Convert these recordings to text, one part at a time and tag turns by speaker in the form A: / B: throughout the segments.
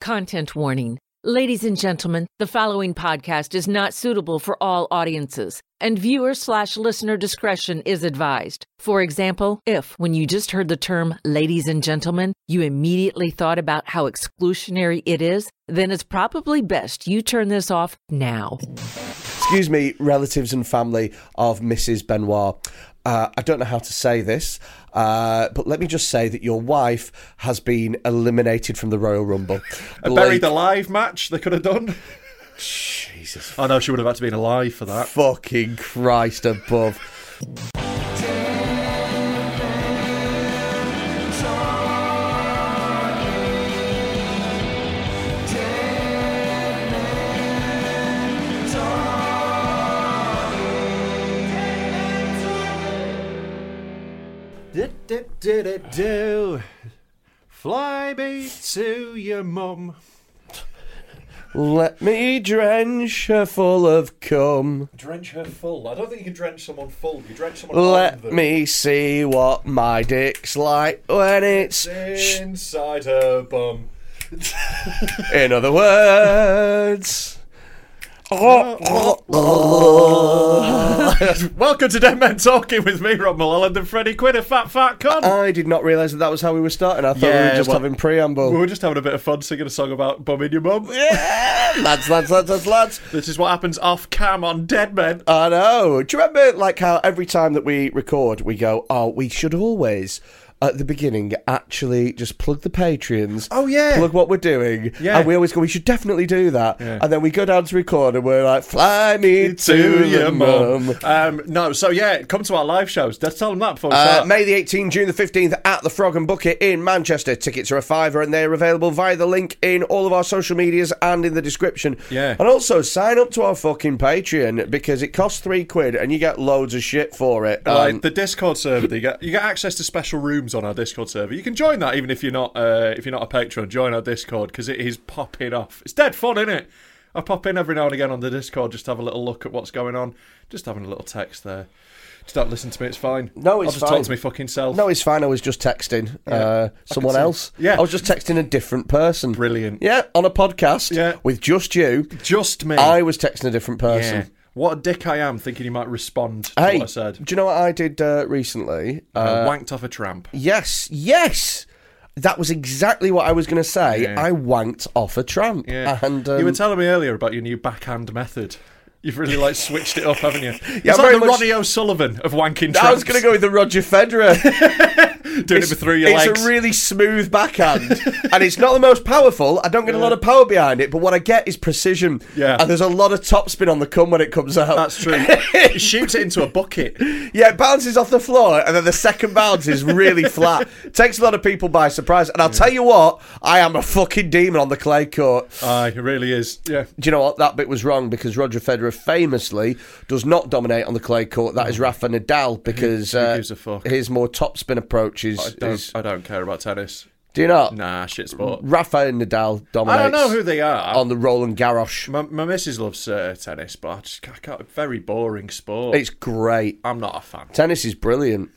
A: Content warning. Ladies and gentlemen, the following podcast is not suitable for all audiences, and viewer slash listener discretion is advised. For example, if when you just heard the term ladies and gentlemen, you immediately thought about how exclusionary it is, then it's probably best you turn this off now.
B: excuse me, relatives and family of Mrs. Benoit. Uh, I don't know how to say this, uh, but let me just say that your wife has been eliminated from the Royal Rumble.
C: A buried alive match they could have done.
B: Jesus
C: Oh no, she would have had to be alive for that.
B: fucking Christ above.
D: Did did did it do? Fly me to your mum.
B: Let me drench her full of cum.
C: Drench her full. I don't think you can drench someone full. You drench someone.
B: Let me see what my dick's like when it's.
C: inside her bum.
B: In other words.
C: Welcome to Dead Men Talking with me, Rob Mulholland, and Freddie Quinn, a fat, fat con.
B: I did not realise that that was how we were starting. I thought we were
C: Yeah,
B: just
C: well-
B: having
C: we
B: preamble.
C: were just having a bit of fun singing a song about bumming your mum.
B: lads, lads, lads, lads, lads.
C: This is what happens off cam on Dead Men.
B: I know. Do you remember, like, how every time that we record, we go, "Oh, we should always." At the beginning, actually, just plug the Patreons.
C: Oh, yeah.
B: plug what we're doing.
C: Yeah.
B: and we always go. We should definitely do that.
C: Yeah.
B: And then we go down to record, and we're like, "Fly me to your mum."
C: Um, no, so yeah, come to our live shows. Let's tell them that before we
B: Uh,
C: start.
B: May the 18th, June the 15th at the Frog and Bucket in Manchester. Tickets are a fiver and they're available via the link in all of our social medias and in the description.
C: Yeah.
B: And also sign up to our fucking Patreon because it costs three quid and you get loads of shit for it.
C: like
B: Um,
C: the Discord server, that you get you get access to special rooms on our Discord server. You can join that even if you're not uh, if you're not a patron. Join our Discord because it is popping off. It's dead fun, isn't it? I pop in every now and again on the Discord just to have a little look at what's going on. Just having a little text there. Just don't listen to me. It's fine.
B: No, it's
C: I'll just
B: fine.
C: talk to me fucking self.
B: no, it's fine. I was just texting uh, someone
C: see.
B: else.
C: Yeah.
B: I was just texting a different person.
C: Brilliant.
B: Yeah, on a podcast
C: Yeah.
B: with just you.
C: just me.
B: I was texting a different person.
C: yeah. What a dick I am, thinking you might respond to
B: Hey, uh,
C: what I said.
B: do you know what I did uh, recently?
C: I wanked off a tramp.
B: Yes, yes. That was exactly what I was going to say.
C: Yeah.
B: I wanked off a tramp.
C: Yeah.
B: And, um,
C: you were telling me earlier about your new backhand method. You've really like switched it up, haven't you?
B: Yeah,
C: it's
B: very
C: like the
B: much-
C: Ronnie O'Sullivan of wanking.
B: I was going to go with the Roger Federer.
C: go doing it through your
B: it's
C: legs.
B: a really smooth backhand, and it's not the most powerful. I don't get a lot of power behind it, but what I get is precision.
C: Yeah.
B: and there's a lot of topspin on the cum when it comes out.
C: That's true. it shoots it into a bucket.
B: Yeah, it bounces off the floor, and then the second bounce is really flat. Takes a lot of people by surprise. And I'll tell you what, I am a fucking demon on the clay court.
C: Aye, it really is. Yeah.
B: do you know what? That bit was wrong because Roger Federer famously does not dominate on the clay court. That is Rafa Nadal because
C: Who- who
B: uh,
C: gives a fuck?
B: his more topspin approach is.
C: I don't,
B: is-
C: I don't care about tennis.
B: Do you not?
C: Nah, shit sport.
B: Rafael Nadal
C: I
B: dominates
C: don't know who they are.
B: on the Roland Garrosh.
C: my, my missus loves uh, tennis, but I just I can't, very boring sport.
B: It's great.
C: I'm not a fan.
B: Tennis is brilliant.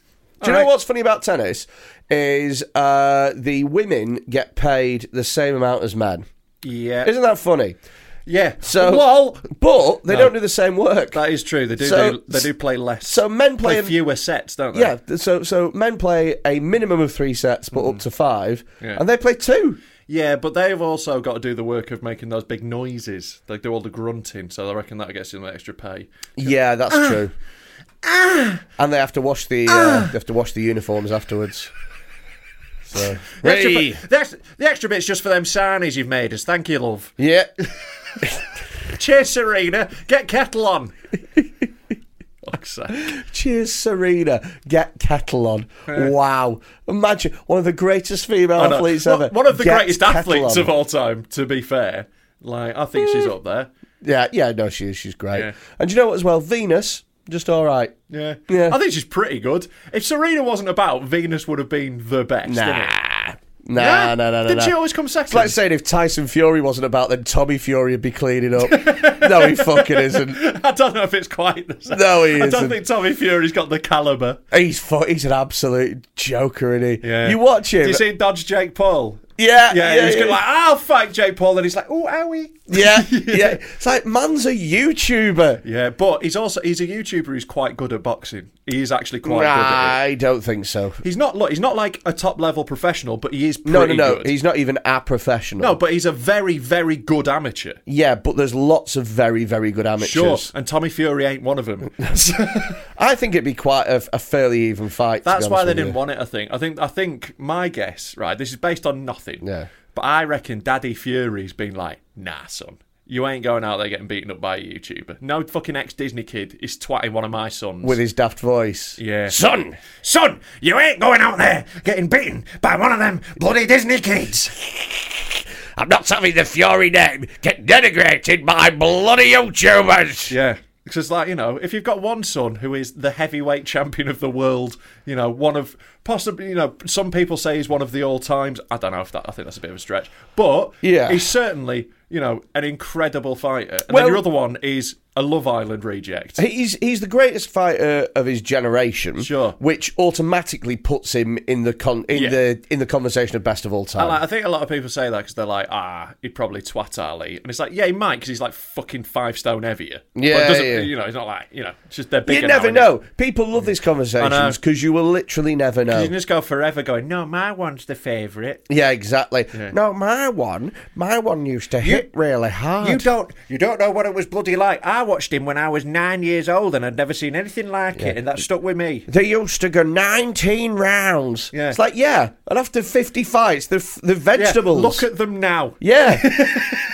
B: Do you know
C: Alright.
B: what's funny about tennis? Is uh, the women get paid the same amount as men.
C: Yeah,
B: Isn't that funny?
C: yeah.
B: So
C: well,
B: but they
C: No.
B: don't do the same work.
C: that is true. They do,
B: So-
C: do they do play less.
B: so men play in-
C: fewer sets, don't they?
B: yeah, th- so so men play a minimum of three sets, but up to five,
C: Mm. Yeah.
B: and they play two.
C: yeah. But they've also got to do the work of making those big noises. They do all the grunting, so I reckon that gets them extra pay.
B: Yeah, that's
C: Ah.
B: true. and they have to wash the
C: Ah.
B: uh, they have to wash the uniforms afterwards. So
C: The extra, pa- the, extra, the extra bit's just for them sarnies you've made us. Thank you, love.
B: yeah,
C: Cheers, Serena. Get kettle on. Fuck's sake.
B: cheers, Serena. Get kettle on. Wow, imagine one of the greatest female
C: I know.
B: athletes
C: One-
B: ever.
C: One of the
B: Oh, Get
C: greatest
B: kettle
C: athletes
B: on.
C: of all time, to be fair. Like, I think she's up there.
B: Yeah, yeah, no, she is. She's great.
C: Yeah.
B: And do you know what? As well, Venus, just all right.
C: Yeah.
B: Yeah.
C: I think she's pretty good. If Serena wasn't about, Venus would have been the best. Didn't it?
B: Nah. Nah, nah,
C: Yeah?
B: nah, nah.
C: Didn't
B: nah.
C: she always come second?
B: It's like saying if Tyson Fury wasn't about, then Tommy Fury would be cleaning up. no, he fucking isn't.
C: I don't know if it's quite the same.
B: No, he
C: I
B: isn't.
C: don't think Tommy Fury's got the caliber.
B: He's fu- he's an absolute joker, isn't he?
C: Yeah.
B: You watch him.
C: Do you see Dodge Jake Paul?
B: yeah,
C: Yeah,
B: yeah,
C: he's
B: yeah.
C: going like, I'll fight Jake Paul, and he's like, oh, owie.
B: yeah, yeah. It's like man's a YouTuber.
C: Yeah, but he's also he's a YouTuber who's quite good at boxing. He is actually quite good at it.
B: I don't think so.
C: He's not look, he's not like a top level professional, but he is pretty
B: No, no, no.
C: good.
B: He's not even a professional.
C: no, but he's a very, very good amateur.
B: yeah, but there's lots of very, very good amateurs.
C: Sure, and Tommy Fury ain't one of them.
B: I think it'd be quite a, a fairly even fight. to
C: That's
B: be
C: why
B: honest
C: they
B: with you.
C: didn't want it. I think. I think. I think my guess, right? This is based on nothing.
B: Yeah.
C: But I reckon Daddy Fury's been like, nah, son. You ain't going out there getting beaten up by a YouTuber. No fucking ex Disney kid is twatting one of my sons.
B: with his daft voice.
C: yeah.
B: Son,
C: son, you ain't going out there getting beaten by one of them bloody Disney kids.
B: I'm not having the Fury name get denigrated by bloody YouTubers.
C: Yeah. Because, like, you know, if you've got one son who is the heavyweight champion of the world, you know, one of possibly, you know, some people say he's one of the all times. I don't know if that, I think that's a bit of a stretch. But
B: Yeah.
C: he's certainly, you know, an incredible fighter. And
B: Well-
C: then your other one is a Love Island reject.
B: He's he's the greatest fighter of his generation,
C: Sure.
B: which automatically puts him in the con- in
C: Yeah.
B: the in the conversation of best of all time.
C: And, like, I think a lot of people say that because they're like, ah, he'd probably twat Ali, and it's like, yeah, he might because he's like fucking five stone heavier. But it
B: Yeah,
C: doesn't-
B: yeah.
C: you know, it's not like you know, it's just they're bigger.
B: you never
C: now,
B: know. People love these conversations because you will literally never
C: You
B: know.
C: can just go forever going, no, my one's the favourite.
B: Yeah, exactly. No, my one, my one used to hit really hard.
C: You don't, you don't know what it was bloody like. I watched him when I was nine years old, and I'd never seen anything like it, and that stuck with me.
B: They used to go 19 rounds.
C: Yeah.
B: It's like, yeah. And after 50 fights, the, the
C: Yeah,
B: vegetables.
C: look at them now.
B: Yeah.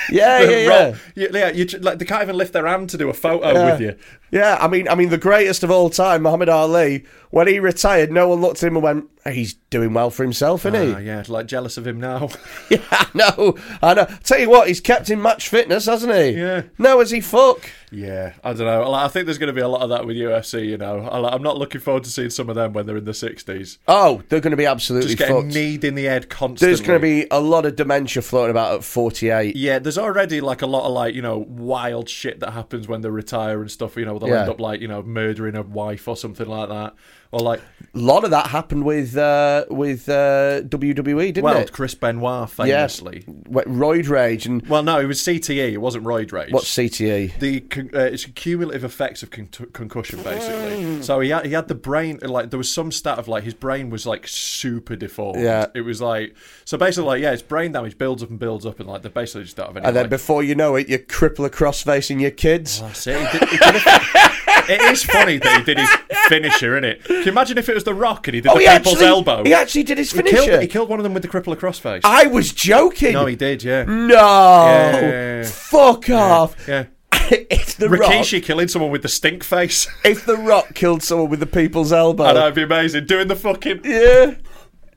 B: yeah, yeah, yeah.
C: yeah. yeah you, ju- like, they can't even lift their hand to do a photo with you.
B: Yeah, I mean, I mean, the greatest of all time, Muhammad Ali. When he retired, no one looked at him and went, "He's doing well for himself, isn't
C: Ah,
B: he?"
C: yeah, like jealous of him now.
B: Yeah, I know, I know. Tell you what, he's kept in match fitness, hasn't he?
C: Yeah.
B: No, as he fuck.
C: Yeah, I don't know. Like, I think there's going to be a lot of that with UFC. You know, I, like, I'm not looking forward to seeing some of them when they're in the 60s.
B: Oh, they're going to be absolutely
C: Just getting
B: fucked.
C: kneed in the head constantly.
B: There's going to be a lot of dementia floating about at 48.
C: Yeah, there's already like a lot of like you know wild shit that happens when they retire and stuff. You know, they'll
B: Yeah.
C: end up like you know murdering a wife or something like that, or like
B: A lot of that happened with uh, with uh, WWE, didn't
C: well,
B: it?
C: Chris Benoit
B: Yeah.
C: famously.
B: Wh- Roid rage and
C: Well, no, it was CTE. It wasn't roid rage.
B: what's CTE?
C: the con- uh, it's cumulative effects of con- concussion basically so he had, he had the brain like there was some stat of like his brain was like super deformed
B: Yeah.
C: it was like so basically like yeah his brain damage builds up and builds up and like they're basically just out of any
B: And then
C: way.
B: before you know it, you're cripple cross facing your kids.
C: That's it. He did- he did a- it is funny that he did his finisher in it can you imagine if it was the rock and he did the
B: Oh, he
C: people's
B: actually,
C: elbow
B: He actually did his
C: He
B: finisher.
C: killed, he killed one of them with the crippler crossface
B: I was joking.
C: no he did yeah
B: No.
C: Yeah, yeah, yeah.
B: Fuck off.
C: yeah
B: if the
C: Rikishi
B: rock,
C: killing someone with the stink face
B: if the rock killed someone with the people's elbow.
C: I know it'd be amazing doing the fucking
B: Oh. Yeah.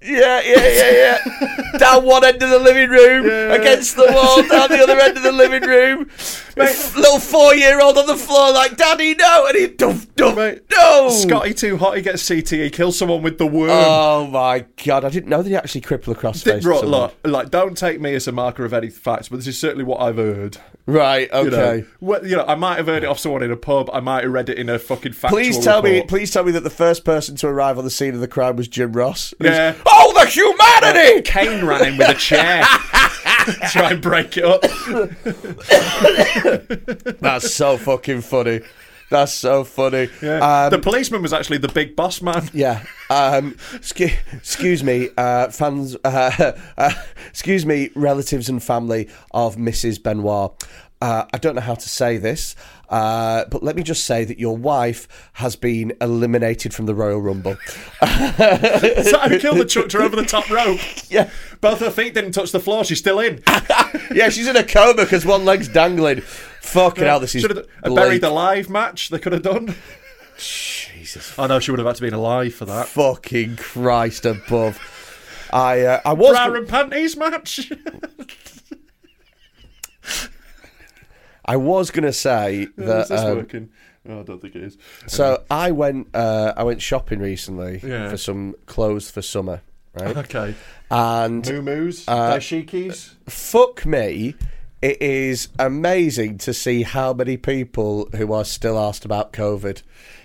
B: Yeah, yeah, yeah, yeah. down one end of the living room, against the wall, down the other end of the living room.
C: Mate,
B: Little four year old on the floor, like, Daddy, no! And he, doof, doof,
C: Mate,
B: no!
C: Scotty too hot. He gets CTE. Kills someone with the worm.
B: Oh my god, I didn't know that he actually crippled across
C: Th-
B: face.
C: right, look, like, don't take me as a marker of any facts, but this is certainly what I've heard.
B: Right, okay.
C: You know, well, you know, I might have heard it off someone in a pub. I might have read it in a fucking factual
B: Please tell me,
C: report.
B: please tell me that the first person to arrive on the scene of the crime was Jim Ross. And he's,
C: Yeah.
B: Oh, the humanity!
C: Kane ran in with a chair. Try and break it up.
B: That's so fucking funny. That's so funny.
C: Yeah.
B: Um,
C: the policeman was actually the big boss man.
B: Yeah. Um, scu- excuse me, uh, fans. Uh, uh, excuse me, relatives and family of Mrs. Benoit. Uh, I don't know how to say this, uh, but let me just say that your wife has been eliminated from the Royal Rumble.
C: Is that who killed the chucker over the top rope?
B: yeah.
C: Both her feet didn't touch the floor. She's still in.
B: Yeah, she's in a coma because one leg's dangling. Fucking hell, this is.
C: Should have a
B: bleak.
C: uh, buried alive match. They could have done. Jesus. I know she would have had to be alive for that.
B: Fucking Christ above. I uh, I was.
C: Bra and panties match.
B: I was gonna say
C: Is
B: that.
C: this
B: um,
C: working? No, I don't think it is.
B: so I went. Uh, I went shopping recently
C: Yeah.
B: for some clothes for summer, right?
C: Okay.
B: and uh,
C: Moo moos, dashikis.
B: fuck me, it is amazing to see how many people who are still asked about COVID.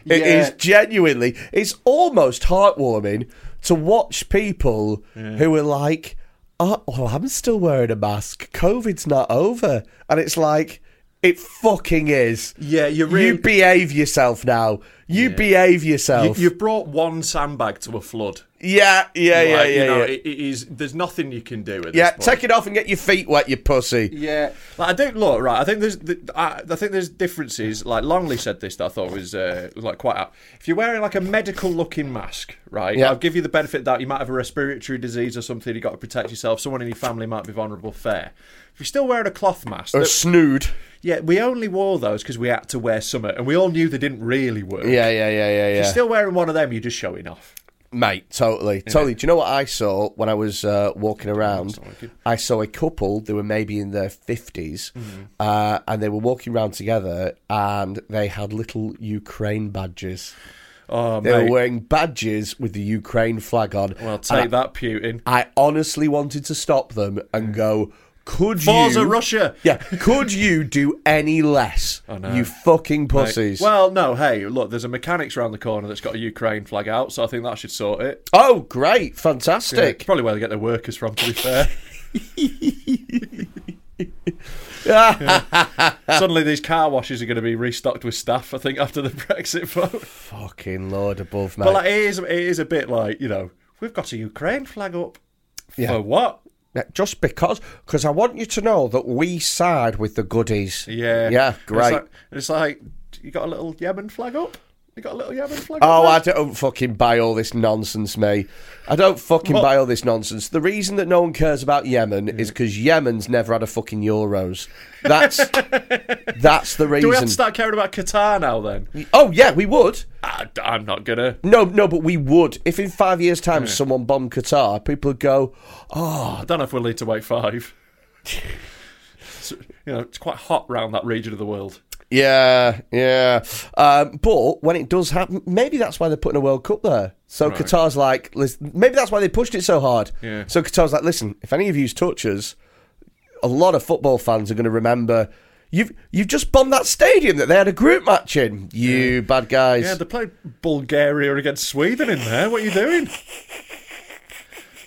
B: It is
C: Yeah.
B: genuinely. It's almost heartwarming to watch people who are like, "Oh, well, I'm still wearing a mask. COVID's not over," and it's like. It fucking is.
C: Yeah, you're
B: You
C: really-
B: behave yourself now. You behave
C: You,
B: yourself.
C: you brought one sandbag to a flood.
B: yeah, yeah, yeah,
C: Like,
B: yeah.
C: you know,
B: yeah.
C: It, it is. There's nothing you can do at this
B: yeah,
C: point.
B: take it off and get your feet wet, you pussy.
C: Yeah, like, I don't look right. I think there's, th I, I think there's differences. Like Longley said this that I thought was uh, like quite. Out. If you're wearing like a medical looking mask, right?
B: Yeah.
C: I'll give you the benefit that you might have a respiratory disease or something. You have got to protect yourself. Someone in your family might be vulnerable. Fair. If you're still wearing a cloth mask,
B: Or
C: that-
B: snood.
C: yeah, we only wore those because we had to wear summer, and we all knew they didn't really work.
B: Yeah, yeah, yeah, yeah, yeah.
C: If you're still wearing one of them, you're just showing off.
B: Mate, totally, totally. Do you know what I saw when I was uh, walking around? I saw a couple. They were maybe in their 50s
C: Mm-hmm.
B: uh, and they were walking around together, and they had little Ukraine badges.
C: Oh,
B: They
C: mate.
B: were wearing badges with the Ukraine flag on.
C: well,
B: And
C: take that, Putin.
B: I, I honestly wanted to stop them and go. Could
C: Forza
B: you,
C: Russia."
B: Yeah, could you do any less?
C: know.
B: You fucking
C: Right.
B: pussies.
C: Well, no, hey, look, there's a mechanics round the corner that's got a Ukraine flag out, so I think that should sort it.
B: oh, great,
C: Yeah,
B: fantastic.
C: it's probably where they get their workers from, to be fair. Suddenly, these car washes are going to be restocked with staff, I think, after the Brexit vote.
B: Fucking lord above, mate.
C: But like, it, is, it is a bit like, you know, we've got a Ukraine flag up.
B: Yeah.
C: For what?
B: Yeah, Just because, because I want you to know that we side with the goodies.
C: Yeah.
B: yeah,
C: And
B: great.
C: It's like, and it's like, you got a little Yemen flag up? You got a little Yemen flag up?
B: Oh,
C: there?
B: I don't fucking buy all this nonsense, mate. I don't fucking
C: What?
B: buy all this nonsense. The reason that no one cares about Yemen is because Yemen's never had a fucking euros. That's that's the
C: Do we have to
B: reason.
C: start caring about Qatar now then?
B: oh yeah, we would.
C: I, I'm not going to.
B: No, no, but we would. If in five years' time someone bombed Qatar, people would go, "Oh,
C: I don't know if we'll need to wait five. It's, you know, it's quite hot round that region of the world.
B: Yeah, yeah. Um, but when it does happen, maybe that's why they're putting a World Cup there. So Qatar's like, listen, maybe that's why they pushed it so hard.
C: Yeah.
B: So Qatar's like, listen, if any of you touch us, a lot of football fans are going to remember you've you've just bombed that stadium that they had a group match in. You bad guys.
C: Yeah, they played Bulgaria against Sweden in there. What are you doing?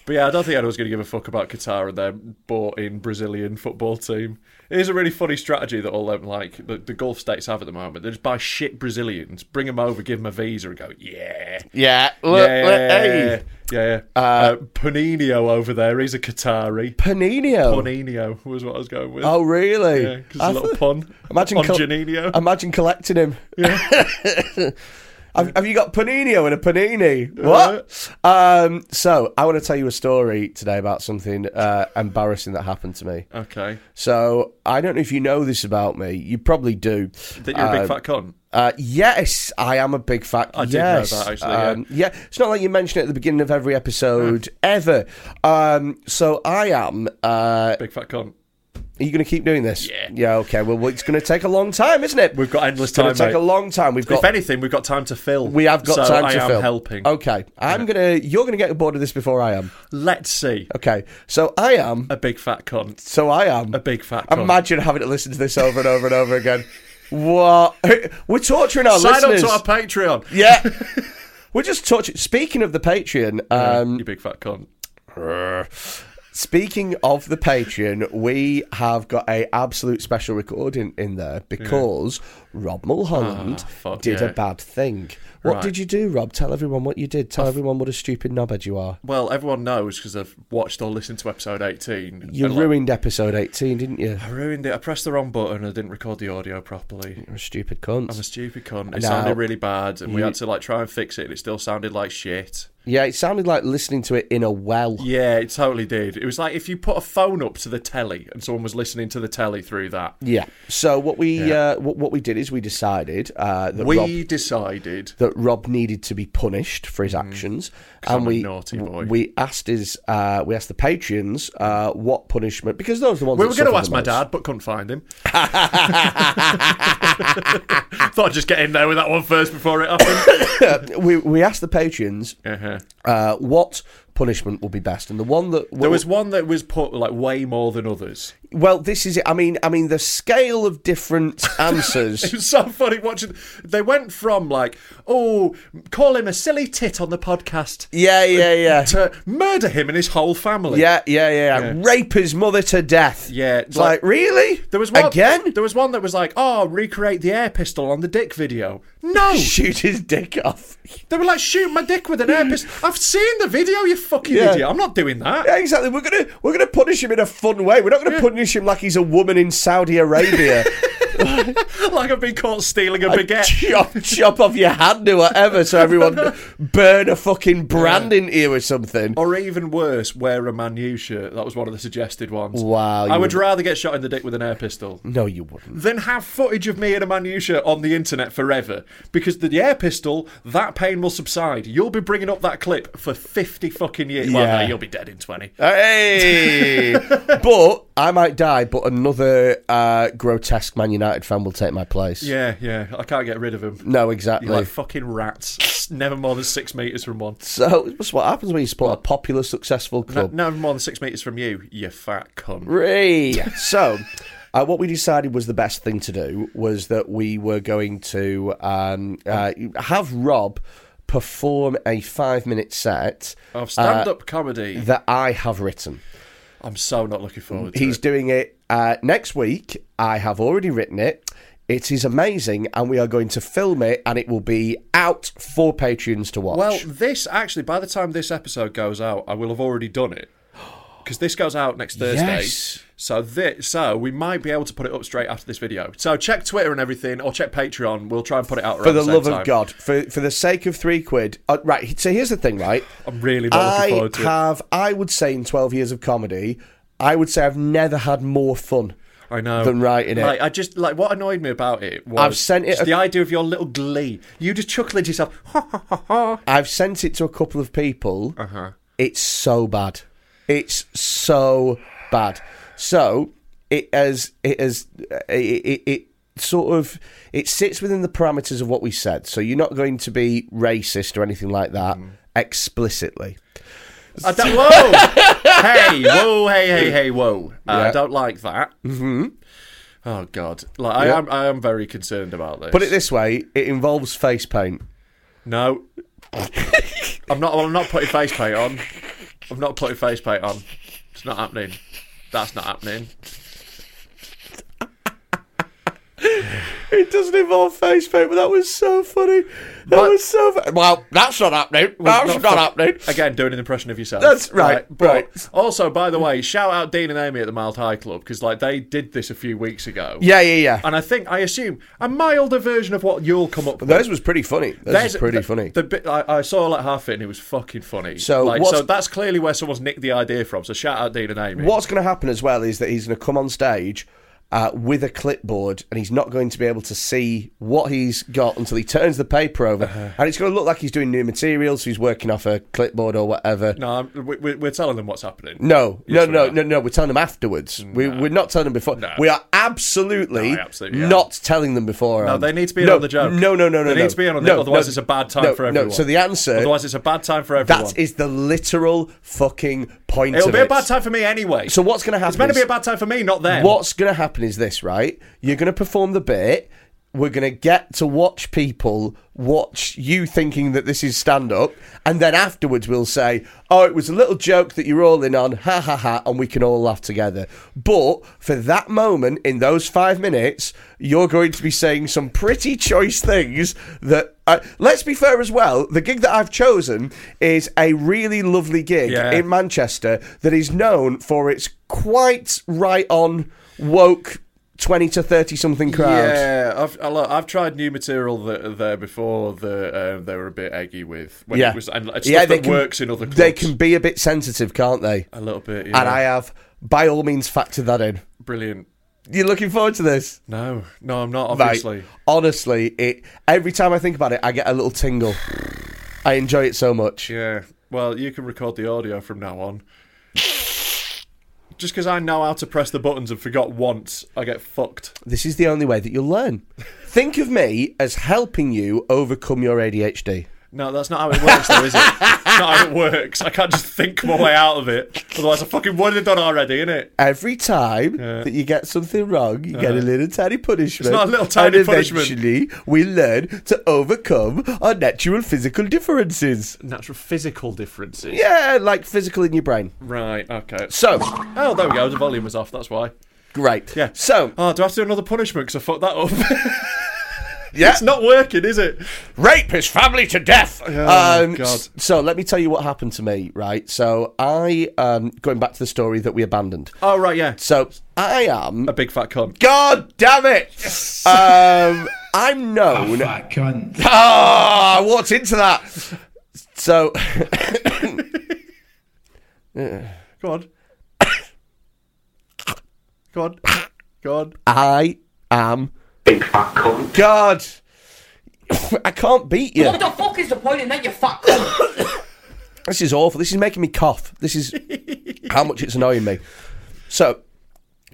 C: But yeah, I don't think anyone's going to give a fuck about Qatar and their bought-in Brazilian football team. It is a really funny strategy that all them like the, the Gulf states have at the moment. They just buy shit Brazilians, bring them over, give them a visa, and go
B: yeah.
C: yeah, yeah,
B: Look, look, hey.
C: yeah. Uh, Panino over there, he's a Qatari.
B: Panino.
C: Panino was what I was going with.
B: Oh, really?
C: Yeah, 'cause
B: I
C: a little
B: thought-
C: pun.
B: Imagine
C: on
B: col-
C: Janino.
B: Imagine collecting him. have, have you got Panino and a panini?
C: Uh-huh.
B: What? Um, so I want to tell you a story today about something uh, embarrassing that happened to me.
C: okay.
B: So I don't know if you know this about me. You probably do.
C: That you're a
B: Um,
C: big fat cunt.
B: uh, yes, I am a big fat.
C: I did know
B: yes. Um,
C: that, actually, yeah.
B: yeah, it's not like you mention it at the beginning of every episode ever. Um, so I am uh,
C: Big fat cunt.
B: Are you going to keep doing this?
C: Yeah.
B: Yeah. Okay. Well, well, it's going to take a long time, isn't it?
C: We've got endless
B: It's going
C: time.
B: to take a
C: mate.
B: long time. We've got.
C: if anything, we've got time to fill.
B: we have got
C: So
B: time
C: I
B: to
C: am
B: fill.
C: helping.
B: Okay. I'm gonna. You're gonna get bored of this before I am.
C: Let's see.
B: Okay. So I am.
C: A big fat cunt.
B: So I am.
C: A big fat cunt.
B: Imagine having to listen to this over and over and over again. What? We're torturing our
C: Sign
B: listeners.
C: up to our Patreon.
B: yeah. We're just torturing. Speaking of the Patreon, um,
C: you big fat cunt.
B: Speaking of the Patreon, we have got a absolute special recording in there because Rob Mulholland
C: Ah, fuck
B: did
C: yeah.
B: a bad thing. What
C: Right.
B: did you do, Rob? Tell everyone what you did. Tell everyone what a stupid knobhead you are.
C: Well, everyone knows because they've watched or listened to episode 18.
B: You
C: And, like,
B: ruined episode 18, didn't you?
C: I ruined it. I pressed the wrong button. I didn't record the audio properly.
B: You're a stupid
C: I'm a
B: cunt.
C: stupid cunt. It
B: Now-
C: sounded really bad, and we
B: You-
C: had to like try and fix it, and it still sounded like shit.
B: Yeah, it sounded like listening to it in a well.
C: Yeah, it totally did. It was like if you put a phone up to the telly, and someone was listening to the telly through that.
B: Yeah. So what we uh, what, what we did is we decided uh, that
C: we
B: Rob
C: decided.
B: that Rob needed to be punished for his actions,
C: Mm. I'm
B: and
C: a
B: we
C: naughty boy.
B: we asked his uh, we asked the patrons uh, what punishment because those are the ones
C: We
B: that
C: were going to
B: suffer the
C: ask my
B: most.
C: dad, but couldn't find him. Thought I'd just get in there with that one first before it happened.
B: we we asked the patrons
C: Uh-huh.
B: uh, what punishment will be best, and the one that
C: There was one that was put like way more than others.
B: well, this is it. I mean, I mean the scale of different answers.
C: It was so funny watching. They went from like, oh, call him a silly tit on the podcast
B: yeah, yeah, yeah.
C: to murder him and his whole family.
B: Yeah, yeah, yeah, Rape his mother to death.
C: Yeah,
B: It's like, really?
C: There was one
B: Again?
C: There was one that was like, "Oh, recreate the air pistol on the dick video." No,
B: Shoot his dick off.
C: they were like, "Shoot my dick with an air pistol." I've seen the video, you fucking
B: Yeah.
C: idiot. I'm not doing that.
B: Yeah, exactly. We're gonna we're gonna punish him in a fun way. We're not gonna punish him like he's a woman in Saudi Arabia.
C: like I've been caught stealing a baguette.
B: chop chop off your hand or whatever, so everyone burn a fucking brand in here or something.
C: Or even worse, wear a Man U shirt. That was one of the suggested ones.
B: Wow, you
C: I would
B: would-
C: rather get shot in the dick with an air pistol
B: No, you wouldn't.
C: than have footage of me in a Man U shirt on the internet forever. Because the air pistol, that pain will subside. You'll be bringing up that clip for 50 fucking years. Well,
B: Yeah.
C: no, you'll be dead in 20.
B: Hey, but I might die, but another uh, grotesque Man United fan will take my place.
C: Yeah, yeah. I can't get rid of him.
B: No,
C: You're
B: exactly.
C: like fucking rats. Never more than six metres from one.
B: so that's what happens when you support a popular, successful
C: No,
B: club.
C: never more than six metres from you, you fat cunt.
B: Three. so, uh, what we decided was the best thing to do was that we were going to um, uh, have Rob perform a five-minute set uh,
C: Of stand up comedy.
B: that I have written.
C: I'm so not looking forward to
B: He's
C: it.
B: doing it uh, next week. I have already written it. It is amazing, and we are going to film it, and it will be out for patrons to watch.
C: Well, this actually, by the time this episode goes out, I will have already done it. Because this goes out next Thursday.
B: Yes.
C: So this, so we might be able to put it up straight after this video. So check Twitter and everything, or check Patreon. We'll try and put it out
B: for
C: around
B: the
C: same
B: love
C: time.
B: of God, for for the sake of three quid, uh, right? So here's the thing, right?
C: I'm really not looking
B: I
C: forward to it.
B: have, I would say, in twelve years of comedy, I would say I've never had more fun.
C: I know.
B: Than writing it.
C: Like, I just like what annoyed me about it was
B: I've sent it
C: just
B: a-
C: the idea of your little glee. You just chuckling to yourself. Ha ha ha ha.
B: I've sent it to a couple of people.
C: Uh-huh.
B: It's so bad. It's so bad. So it has it has it, it, it sort of it sits within the parameters of what we said. So you're not going to be racist or anything like that
C: Mm.
B: explicitly.
C: I don't, whoa! hey, whoa! Hey, hey, hey! Whoa! Uh, I
B: Yeah.
C: don't like that. Mm-hmm. Oh God! Like I
B: Yeah.
C: am, I am very concerned about this.
B: Put it this way: it involves face paint.
C: No, I'm not. I'm not putting face paint on. I'm not putting face paint on. It's not happening. That's not happening.
B: It doesn't involve face paint, but that was so funny. That
C: But-
B: was so. Fu- well, that's not happening.
C: Well,
B: That's not,
C: fu-
B: happening.
C: Again, doing an impression of yourself.
B: That's right,
C: but
B: right.
C: Also, by the way, shout out Dean and Amy at the Mild High Club because like they did this a few weeks ago.
B: Yeah, yeah, yeah.
C: And I think I assume a milder version of what you'll come up with.
B: Those was pretty funny. Those was
C: There's-
B: pretty
C: the-
B: funny.
C: The bit I, I saw like half it and it was fucking funny.
B: So
C: like,
B: what's-
C: so that's clearly where someone's nicked the idea from. So shout out Dean and Amy.
B: What's going to happen as well is that he's going to come on stage uh, with a clipboard, and he's not going to be able to see what he's got until he turns the paper over, and it's going to look like he's doing new materials. So he's working off a clipboard or whatever.
C: No, I'm, we, we- we're telling them what's happening.
B: No,
C: Yes
B: no,
C: or
B: no,
C: no?
B: no, no. We're telling them afterwards. We, we're not telling them before.
C: No.
B: We are absolutely,
C: No, absolutely, yeah.
B: not telling them before.
C: No, they need to be in
B: no,
C: on the joke.
B: No, no, no, no.
C: They
B: no.
C: need to be in on
B: no,
C: it, otherwise
B: no,
C: it's a bad time
B: no,
C: for everyone.
B: No. So the answer.
C: Otherwise, it's a bad time for everyone.
B: that is the literal fucking point.
C: It'll
B: of
C: be
B: it.
C: a bad time for me anyway.
B: So what's going to happen?
C: It's meant to be
B: is-
C: a bad time for me, not them.
B: What's going to happen is this, right? You're going to perform the bit. We're going to get to watch people watch you thinking that this is stand up. And then afterwards, we'll say, oh, it was a little joke that you're all in on. Ha ha ha. And we can all laugh together. But for that moment, in those five minutes, you're going to be saying some pretty choice things that. Uh, let's be fair as well. The gig that I've chosen is a really lovely gig
C: Yeah.
B: in Manchester that is known for its quite right on woke 20 to 30 something crowd.
C: Yeah, I've I, look, I've tried new material that there before that uh, they were a bit eggy with. When
B: Yeah.
C: it was, and it's
B: Yeah,
C: stuff
B: they
C: that
B: can-
C: works in other clubs.
B: They can be a bit sensitive, can't they?
C: a little bit. Yeah.
B: And I have, by all means, factored that in.
C: brilliant.
B: You're looking forward to this?
C: No, no, I'm not.
B: Mate,
C: Obviously,
B: honestly, it every time I think about it, I get a little tingle. I enjoy it so much.
C: yeah. Well, you can record the audio from now on. Just because I know how to press the buttons and forgot once, I get fucked.
B: This is the only way that you'll learn. Think of me as helping you overcome your ADHD.
C: No, that's not how it works, though, is it? That's not how it works. I can't just think my way out of it. Otherwise, I fucking would have done already, innit?
B: Every time that you get something wrong, you get a little tiny punishment.
C: Uh-huh. It's not a little tiny
B: and
C: punishment.
B: Eventually, we learn to overcome our natural physical differences.
C: Natural physical differences.
B: Yeah, like physical in your brain.
C: Right, okay.
B: So,
C: Oh, there we go. The volume was off. That's why.
B: great.
C: Yeah.
B: So,
C: Oh, do I have to do another punishment because I fucked that up?
B: yeah.
C: it's not working, is it?
B: rape his family to death.
C: Oh, God.
B: s- So let me tell you what happened to me. Right. So I, um, going back to the story that we abandoned.
C: Oh, right, yeah.
B: So I am
C: A big fat cunt.
B: God damn it! Um, I'm known. Ah, I walked into that. So,
C: Go on. Go on. Go on.
B: I am. God, I can't beat you.
E: What the fuck is the point in that, you fuck? cunt?
B: This is awful. This is making me cough. This is how much it's annoying me. So,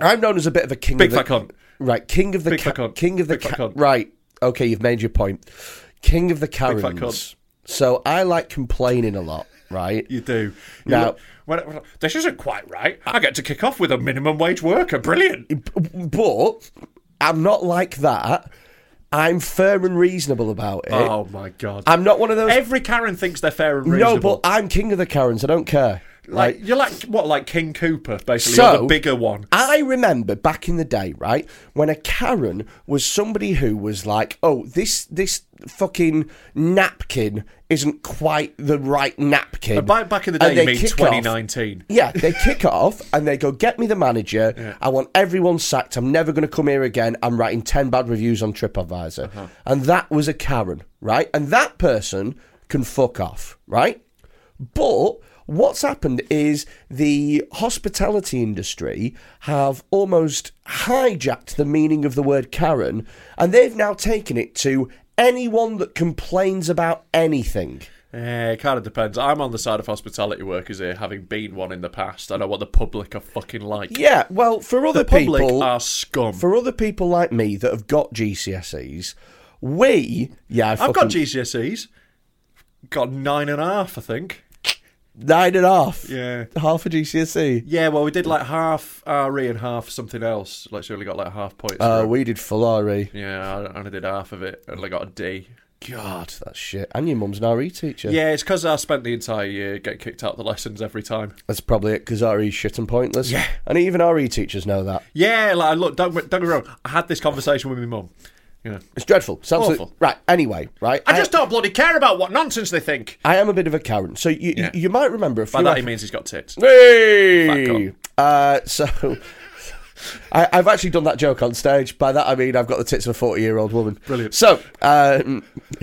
B: I'm known as a bit of a king.
C: Big
B: of the,
C: fat cunt.
B: Right, king of the
C: Big fat
B: ca-
C: cunt.
B: king of the
C: Big fat
B: ca-
C: cunt.
B: right. Okay, you've made your point. King of the
C: fat
B: Karens.
C: cunt.
B: So I like complaining a lot. Right.
C: You do. You
B: Now-
C: look- when, when- this isn't quite right. I get to kick off with a minimum wage worker. Brilliant.
B: but I'm not like that. I'm firm and reasonable about it.
C: Oh, my God.
B: I'm not one of those.
C: Every Karen thinks they're fair and reasonable.
B: no, but I'm king of the Karens. I don't care.
C: like, you're like, what, like King Cooper, basically, or
B: so
C: the bigger one.
B: I remember back in the day, right, when a Karen was somebody who was like, "Oh, this this fucking napkin isn't quite the right napkin."
C: But back- back in the
B: And
C: day, you
B: they
C: mean
B: kick off-
C: 2019.
B: Yeah, they kick off and they go, "Get me the manager. I want everyone sacked. I'm never going to come here again. I'm writing ten bad reviews on TripAdvisor."
C: Uh-huh.
B: And that was a Karen, right? And that person can fuck off, right? But what's happened is the hospitality industry have almost hijacked the meaning of the word Karen, and they've now taken it to anyone that complains about anything.
C: Eh, it kind of depends. I'm on the side of hospitality workers here, having been one in the past. I know what the public are fucking like.
B: Yeah, well, for other
C: the public
B: people,
C: are scum.
B: for other people like me that have got GCSEs, we yeah, I
C: I've got
B: fucking-
C: GCSEs. Got nine and a half, I think.
B: nine and a half.
C: Yeah.
B: half a GCSE.
C: Yeah, well, we did like half RE and half something else. Like, she only got like half points.
B: Uh,
C: for it.
B: we did full E. RE.
C: Yeah, I- and I did half of it, and I got a D.
B: God, that's shit. And your mum's an RE teacher.
C: Yeah, it's because I spent the entire year getting kicked out of the lessons every time.
B: that's probably it because RE's shit and pointless. Yeah, and even RE teachers know that.
C: Yeah, like, look, don't, don't get me wrong. I had this conversation with my mum. You know,
B: It's dreadful. It's absolute-
C: Awful.
B: Right. Anyway, right.
C: I just don't bloody care about what nonsense they think.
B: I am a bit of a Karen, so you
C: Yeah.
B: you, you might remember a few.
C: By that, he
B: epi-
C: means he's got tits.
B: Hey!
C: Fuck
B: Uh, so. I, I've actually done that joke on stage. By um, that I mean I've got the tits of a forty-year-old woman.
C: Brilliant.
B: So, um,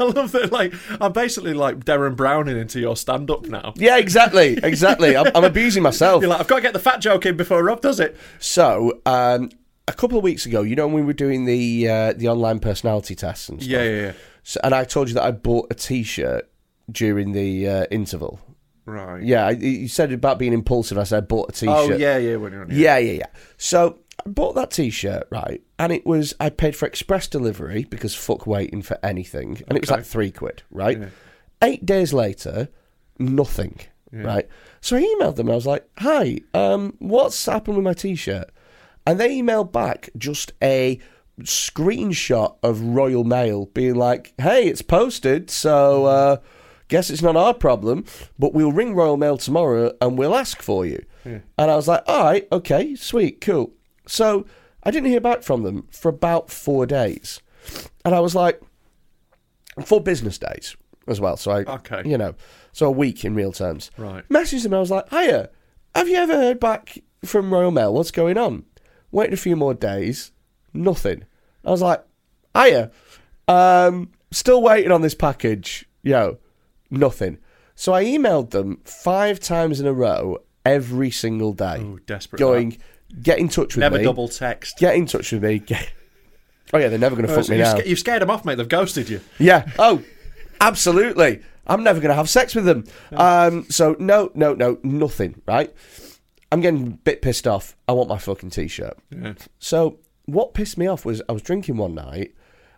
C: I love that. Like, I'm basically like Darren Browning into your stand up now.
B: Yeah, exactly, exactly. I'm, I'm abusing myself.
C: You're like, I've got to get the fat joke in before Rob does it.
B: So, um, a couple of weeks ago, you know, when we were doing the uh, the online personality tests and stuff,
C: Yeah, yeah, yeah.
B: So, and I told you that I bought a T-shirt during the uh, interval.
C: Right.
B: Yeah, I, you said about being impulsive. I said I bought a T-shirt.
C: Oh, yeah, yeah. When you're on
B: Yeah, yeah, yeah. So I bought that T-shirt, right? And it was I paid for express delivery because fuck waiting for anything, and it was
C: Okay.
B: like three quid, right? Eight days later, nothing, right? So I emailed them and I was like, "Hi, um, what's happened with my T-shirt?" And they emailed back just a screenshot of Royal Mail being like, "Hey, it's posted, so." Uh, Guess it's not our problem, but we'll ring Royal Mail tomorrow and we'll ask for you. And I was like, all right, okay, sweet, cool. So I didn't hear back from them for about four days. And I was like, four business days as well. So I,
C: Okay.
B: you know, so a week in real terms.
C: Right.
B: Messaged them. I was like, hiya, have you ever heard back from Royal Mail? What's going on? Waited a few more days, nothing. I was like, hiya, um, still waiting on this package. Yo, nothing. So I emailed them five times in a row every single day.
C: Ooh, desperate
B: Going, get in touch with
C: Never
B: me.
C: double text.
B: Get in touch with me. Get... Oh, yeah, they're never going to
C: Oh,
B: fuck
C: so
B: me
C: you've,
B: now.
C: sca- you've scared them off, mate. They've ghosted you.
B: Yeah. Oh, absolutely. I'm never going to have sex with them. Um, so no, no, no, nothing. Right. I'm getting a bit pissed off. I want my fucking t-shirt. So what pissed me off was I was drinking one night,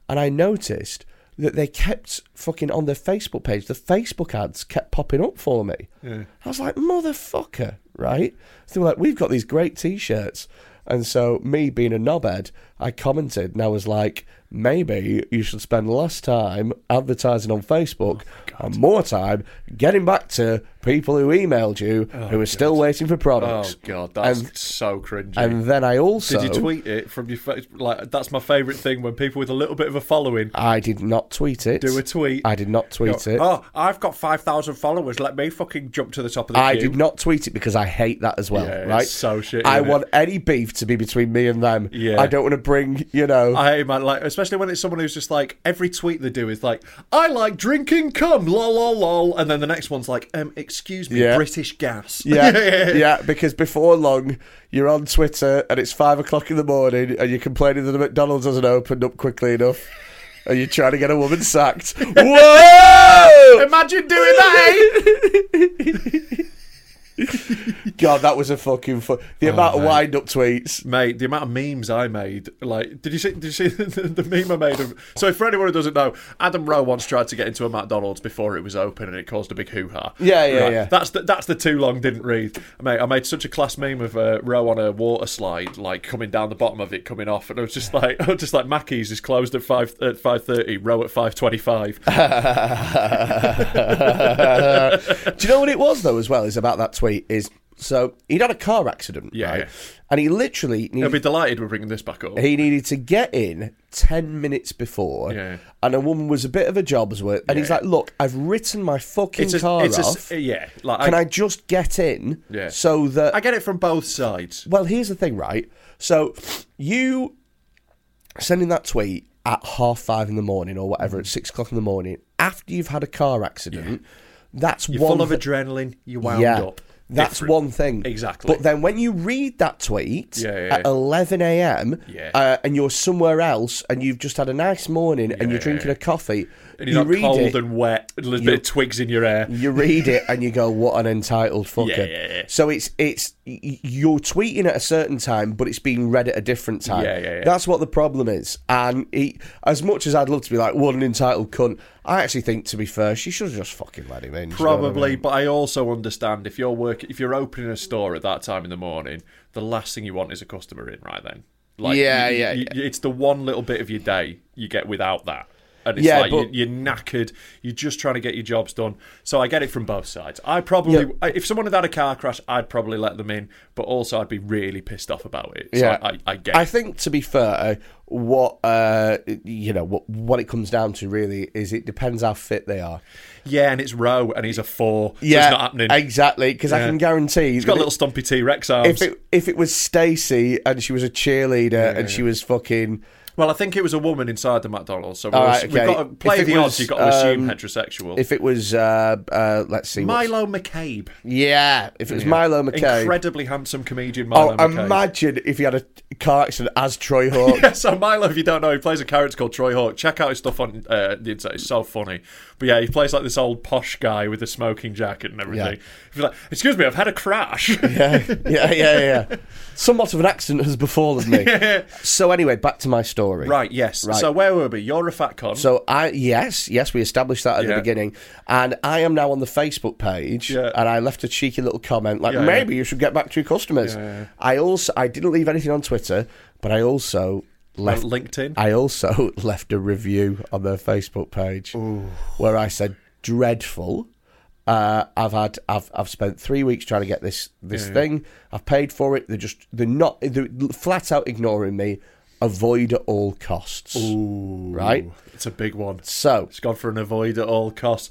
B: and I noticed that they kept fucking on their Facebook page. The Facebook ads kept popping up for me. I was like, motherfucker, right? So they were like, we've got these great t-shirts. And so, me being a knobhead, I commented and I was like, maybe you should spend less time advertising on Facebook and more time getting back to people who emailed you who are still waiting for
C: Oh
B: products.
C: god, that's
B: And,
C: so cringy.
B: and then I also.
C: did you tweet it from your face? Like that's my favourite thing when people with a little bit of a following
B: I did not tweet it.
C: do a tweet.
B: I did not tweet
C: Go,
B: it.
C: Oh, I've got five thousand followers. Let me fucking jump to the top of the
B: I
C: queue.
B: did not tweet it because I hate that as well,
C: Yeah, it's
B: right?
C: so shitty,
B: I
C: isn't
B: want any beef to be between me and them.
C: Yeah.
B: I don't want to bring, you know.
C: I man, like especially when it's someone who's just like every tweet they do is like, I like drinking cum, lol lol lol, and then the next one's like, um, excuse me,
B: Yeah.
C: British gas.
B: Yeah, yeah, because before long, you're on Twitter and it's five o'clock in the morning and you're complaining that the McDonald's hasn't opened up quickly enough and you're trying to get a woman sacked. Whoa!
C: Imagine doing that, eh?
B: God, that was a fucking fu- The amount of wind up tweets.
C: Oh, Mate, the amount of memes I made, like, did you see? Did you see the, the meme I made? Of, so, for anyone who doesn't know, Adam Rowe once tried to get into a McDonald's before it was open, and it caused a big hoo ha.
B: Yeah, yeah, yeah.
C: That's the that's the too long didn't read. Mate, I made such a class meme of uh, Rowe on a water slide, like coming down the bottom of it, coming off, and I was just like, I was just like, Mackey's is closed at five at five thirty, Rowe at five twenty five.
B: Do you know what it was though? As well is about that tweet is so he'd had a car accident,
C: Yeah,
B: right?
C: yeah.
B: and he literally
C: I'll
B: needed,
C: be delighted we're bringing this back up.
B: he needed to get in ten minutes before,
C: Yeah.
B: and a woman was a bit of a job's work, and he's
C: Yeah.
B: like, "Look, I've written my fucking
C: It's a-
B: car
C: it's a s-
B: off.
C: yeah, like,
B: Can
C: I-
B: I, just get in?
C: Yeah.
B: so that
C: I get it from both sides.
B: well, here's the thing, right? So you sending that tweet at half five in the morning or whatever at six o'clock in the morning after you've had a car accident. That's
C: You're
B: one
C: full of
B: thi-
C: adrenaline. You're wound up.
B: That's
C: Different.
B: one thing.
C: Exactly.
B: But then when you read that tweet
C: Yeah, yeah,
B: at
C: yeah.
B: 11 a.m.
C: Yeah.
B: Uh, and you're somewhere else and you've just had a nice morning and you're drinking a coffee,
C: and
B: you
C: you're not
B: read
C: cold
B: it,
C: and wet, a little
B: You-
C: bit of twigs in your hair.
B: you read it and you go, "What an entitled fucker!"
C: Yeah, yeah, yeah.
B: So it's it's y- y- you're tweeting at a certain time, but it's being read at a different time.
C: Yeah, yeah, yeah.
B: That's what the problem is. And he, as much as I'd love to be like, "What an entitled cunt," I actually think, to be fair, she should have just fucking let him in. do you know what I
C: Probably,
B: mean?
C: but I also understand if you're work if you're opening a store at that time in the morning, the last thing you want is a customer in right then.
B: Yeah,
C: you-
B: yeah,
C: you- you- It's the one little bit of your day you get without that, and it's
B: Yeah,
C: like
B: but-
C: you, you're knackered. You're just trying to get your jobs done. So I get it from both sides. I probably,
B: Yeah.
C: I- if someone had had a car crash, I'd probably let them in, but also I'd be really pissed off about it. So I, I, I get.
B: I
C: it.
B: think to be fair, what uh, you know, what what it comes down to really is it depends how fit they are.
C: yeah, and it's Rowe, and he's a four. so it's not happening.
B: exactly. Because I
C: Yeah.
B: can guarantee
C: He's got
B: that
C: little stumpy T Rex arms.
B: if it if it was Stacy and she was a cheerleader and she was fucking
C: Well, I think it was a woman inside the McDonald's, so we'll,
B: All right,
C: we've
B: okay.
C: got to play
B: If it
C: the odds.
B: was,
C: You've got to assume
B: um,
C: heterosexual.
B: If it was, uh, uh, let's see. what's-
C: Milo McCabe,
B: Yeah, if it was Milo McCabe.
C: incredibly handsome comedian. Milo
B: Oh,
C: McCabe.
B: imagine if he had a car accident as Troy Hawk.
C: Yeah, so Milo, if you don't know, he plays a character called Troy Hawk. Check out his stuff on uh, the internet; it's so funny. But yeah, he plays like this old posh guy with a smoking jacket and everything. He's like, "Excuse me, I've had a crash."
B: yeah, yeah, yeah, yeah. Somewhat of an accident has befallen me. So anyway, back to my story.
C: right. Yes.
B: Right.
C: So where were we? You're a fat con.
B: So I yes, yes, we established that at
C: Yeah.
B: the beginning, and I am now on the Facebook page,
C: Yeah.
B: and I left a cheeky little comment like
C: Yeah,
B: maybe
C: yeah.
B: you should get back to your customers. I also I didn't leave anything on Twitter, but I also left
C: LinkedIn?
B: I also left a review on their Facebook page where I said dreadful. Uh, I've had I've I've spent three weeks trying to get this this thing. I've paid for it. They're just they're not they're flat out ignoring me. Avoid at all costs. Right.
C: it's a big one.
B: So
C: It's gone for an avoid at all costs.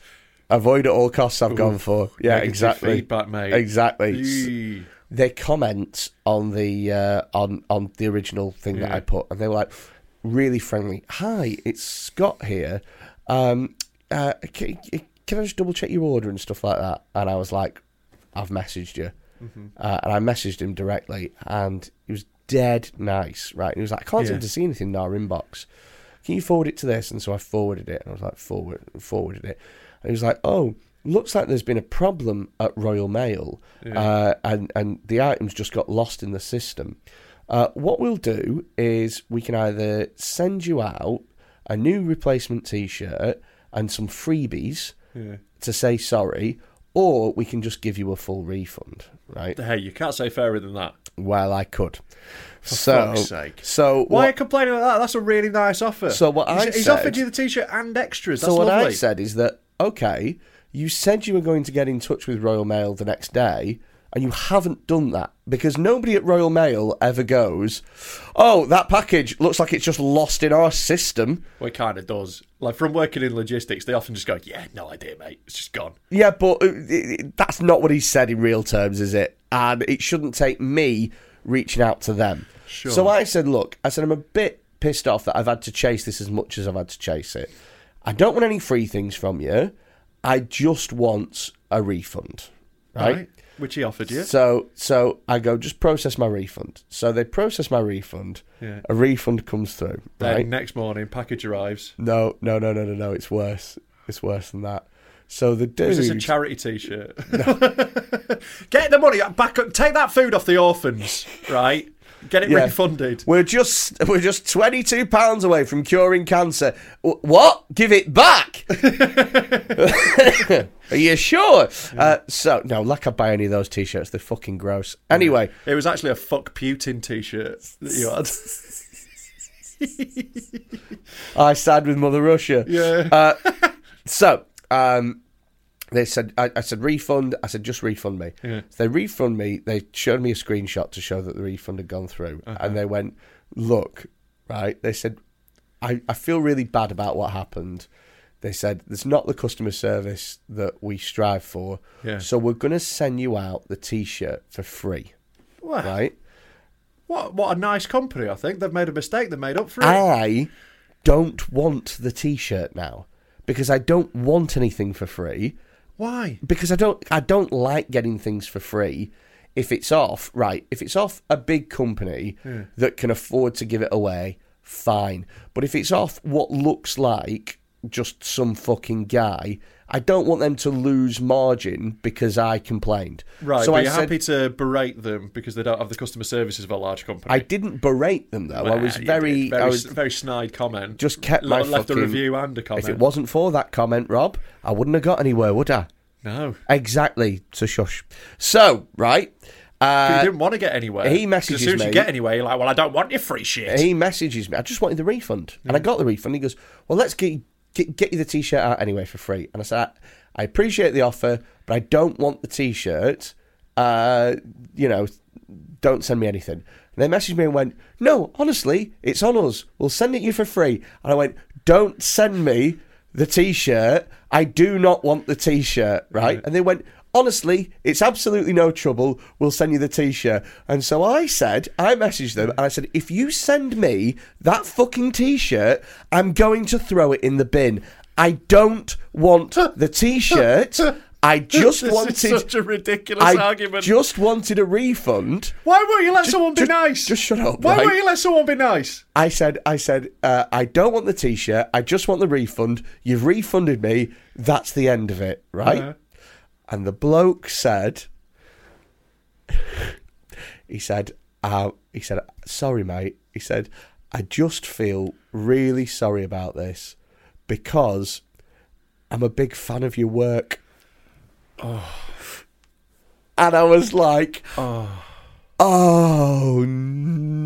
B: avoid at all costs. I've gone for yeah,
C: negative
B: exactly.
C: feedback, mate.
B: Exactly. S-
C: Eee.
B: They comment on the uh, on on the original thing that I put, and they were like really friendly. Hi, it's Scott here. Um, uh, can, can I just double check your order and stuff like that? And I was like, I've messaged you,
C: Mm-hmm.
B: uh, and I messaged him directly, and he was dead nice, right? And he was like, I can't seem
C: Yeah.
B: to see anything in our inbox. Can you forward it to this? And so I forwarded it, and I was like, forward, forwarded it, and he was like, oh. Looks like there's been a problem at Royal Mail, uh, and and the items just got lost in the system. Uh, what we'll do is we can either send you out a new replacement T-shirt and some freebies to say sorry, or we can just give you a full refund, right?
C: Hey, you can't say fairer than that.
B: Well, I could. so,
C: fuck's sake.
B: so
C: Why are you
B: what,
C: complaining about that? That's a really nice offer.
B: So what
C: he's,
B: I
C: he's
B: said-
C: offered you the t-shirt and extras. That's
B: so what
C: lovely.
B: I said is that okay, you said you were going to get in touch with Royal Mail the next day. And you haven't done that because nobody at Royal Mail ever goes, "Oh, that package looks like it's just lost in our system."
C: Well, it kind of does. Like from working in logistics, they often just go, "Yeah, no idea, mate. It's just gone."
B: Yeah, but uh, it- it- that's not what he said in real terms, is it? And it shouldn't take me reaching out to them. Sure. So I said, look, I said, I'm a bit pissed off that I've had to chase this as much as I've had to chase it. I don't want any free things from you. I just want a refund. right?
C: Which he offered you.
B: So so I go, just process my refund. So they process my refund.
C: Yeah.
B: A refund comes through.
C: then
B: Right?
C: next morning, package arrives.
B: No, no, no, no, no, no. It's worse. It's worse than that. So the dude.
C: This is a charity T-shirt. Get the money back up. Take that food off the orphans, right? Get it
B: Yeah.
C: refunded.
B: We're just we're just twenty two pounds away from curing cancer. W- what? Give it back? Are you sure? Uh, so no, like I buy any of those t-shirts. They're fucking gross. Anyway,
C: It was actually a fuck Putin T-shirt that you had.
B: I side with Mother Russia.
C: Yeah.
B: Uh, so um, they said, I, I said refund. I said just refund me. So they refund me. They showed me a screenshot to show that the refund had gone through,
C: Uh-huh.
B: and they went, look, right? They said, I, I feel really bad about what happened. They said it's not the customer service that we strive for.
C: Yeah.
B: So we're going to send you out the T-shirt for free,
C: Wow.
B: right?
C: What? What a nice company! I think they've made a mistake. They have made up for it.
B: I don't want the T-shirt now because I don't want anything for free
C: Why?
B: because I don't I don't like getting things for free. If it's off, right? If it's off a big company that can afford to give it away, fine. But if it's off what looks like just some fucking guy, I don't want them to lose margin because I complained.
C: Right.
B: So
C: but
B: I
C: you're
B: said-
C: happy to berate them because they don't have the customer services of a large company.
B: I didn't berate them though. I
C: Well,
B: was
C: you
B: very,
C: did. very,
B: I
C: s-
B: was
C: very snide comment.
B: just kept
C: Le-
B: my
C: left
B: fucking-
C: a review and a comment.
B: If it wasn't for that comment, Rob, I wouldn't have got anywhere, would I?
C: no,
B: Exactly. So shush. So right,
C: But
B: uh,
C: you didn't want to get anywhere.
B: he
C: 'Cause
B: messages
C: as soon as
B: me-
C: you get anywhere, you're like, "Well, I don't want your free shit."
B: he messages me. I just wanted the refund, and I got the refund. He goes, "Well, let's get, get get you the t-shirt out anyway for free." And I said, "I appreciate the offer, but I don't want the t-shirt. Uh, you know, don't send me anything." And they messaged me and went, "No, honestly, it's on us. We'll send it you for free." And I went, "Don't send me." the t-shirt. I do not want the t-shirt, right? And they went, honestly, it's absolutely no trouble. We'll send you the t shirt. And so I said, I messaged them and I said, if you send me that fucking t shirt, I'm going to throw it in the bin. I don't want the t shirt. I just
C: This is
B: wanted
C: such a ridiculous
B: I
C: argument.
B: Just wanted a refund.
C: Why won't you let
B: Ju-
C: someone be
B: ju-
C: nice?
B: just shut up,
C: Why
B: right?
C: won't you let someone be nice?
B: I said, I said, uh, I don't want the T-shirt. I just want the refund. You've refunded me. That's the end of it, right?
C: Yeah.
B: And the bloke said, he said, uh, he said, sorry, mate. He said, I just feel really sorry about this because I'm a big fan of your work. Oh. And I was like, oh,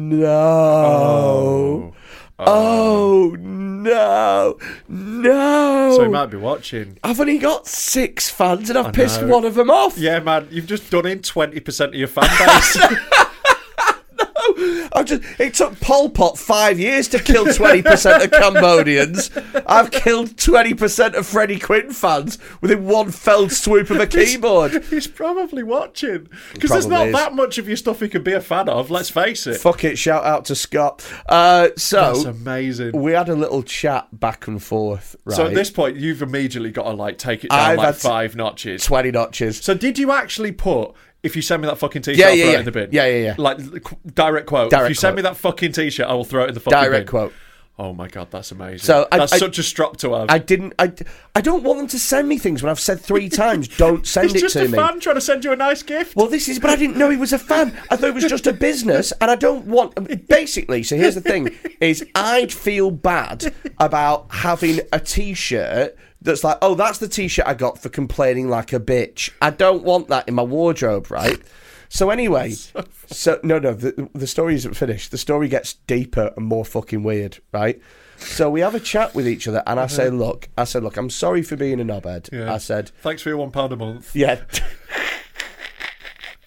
B: no. Oh, no. No.
C: So he might be watching.
B: I've only got six fans and I've
C: I
B: pissed
C: know.
B: one of them off.
C: Yeah, man, you've just done in twenty percent of your fan base.
B: I've just, it took Pol Pot five years to kill 20% of Cambodians. I've killed 20% of Freddie Quinn fans within one fell swoop of a keyboard.
C: He's probably watching because there's not
B: Probably is.
C: that much of your stuff he could be a fan of. Let's face it.
B: Fuck it, shout out to Scott. Uh,
C: That's
B: so,
C: amazing.
B: we had a little chat back and forth, right?
C: So at this point, you've immediately got to like take it down
B: I've
C: like
B: had
C: five notches.
B: 20 notches.
C: So did you actually put? If you send me that fucking t-shirt,
B: Yeah,
C: I'll
B: yeah,
C: throw
B: yeah.
C: it in the bin.
B: Yeah, yeah, yeah.
C: Like l- qu- direct quote. if
B: Direct
C: you send
B: quote.
C: me that fucking t-shirt, I will throw it in the fucking
B: Direct
C: bin.
B: quote.
C: Oh my god, that's amazing.
B: So I-
C: that's
B: I-
C: such a strop to have.
B: I didn't. I, I don't want them to send me things when I've said three times, don't send
C: it's
B: it
C: just
B: to
C: a
B: me.
C: fan trying to send you a nice gift.
B: Well, this is, but I didn't know he was a fan. I thought it was just a business, and I don't want. Basically, so here's the thing: is I'd feel bad about having a T-shirt that's like, oh, that's the T-shirt I got for complaining like a bitch. I don't want that in my wardrobe, right? So anyway, so no, no, the, the story isn't finished. The story gets deeper and more fucking weird, right? So we have a chat with each other, and I say, look, I said, look, I'm sorry for being a knobhead.
C: Uh-huh. Yeah.
B: I said,
C: Thanks for your one pound a month.
B: yeah.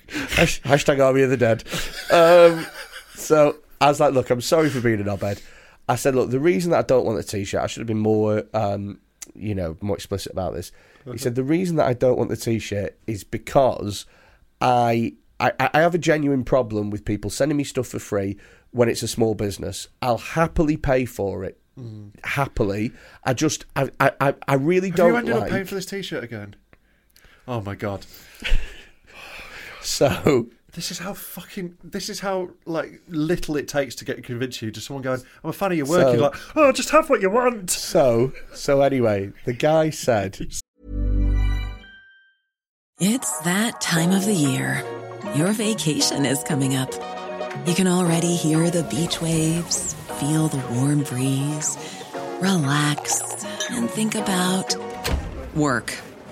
B: Hash- Hashtag Army of the Dead. Um, so I was like, look, I'm sorry for being an obed. I said, look, the reason that I don't want the t-shirt, I should have been more, um, you know, more explicit about this. He said, the reason that I don't want the t-shirt is because I, I, I have a genuine problem with people sending me stuff for free when it's a small business. I'll happily pay for it. Happily, I just, I, I, I- I really
C: Mm. Have
B: don't
C: you ended
B: like.
C: up paying for this t-shirt again? Oh my god.
B: so
C: This is how fucking. This is how like little it takes to get convince you. Just someone going, "I'm a fan of your work."
B: So-
C: You're like, "Oh, just have what you want."
B: So, so anyway, the guy said,
F: It's that time of the year. Your vacation is coming up. You can already hear the beach waves, feel the warm breeze, relax, and think about work.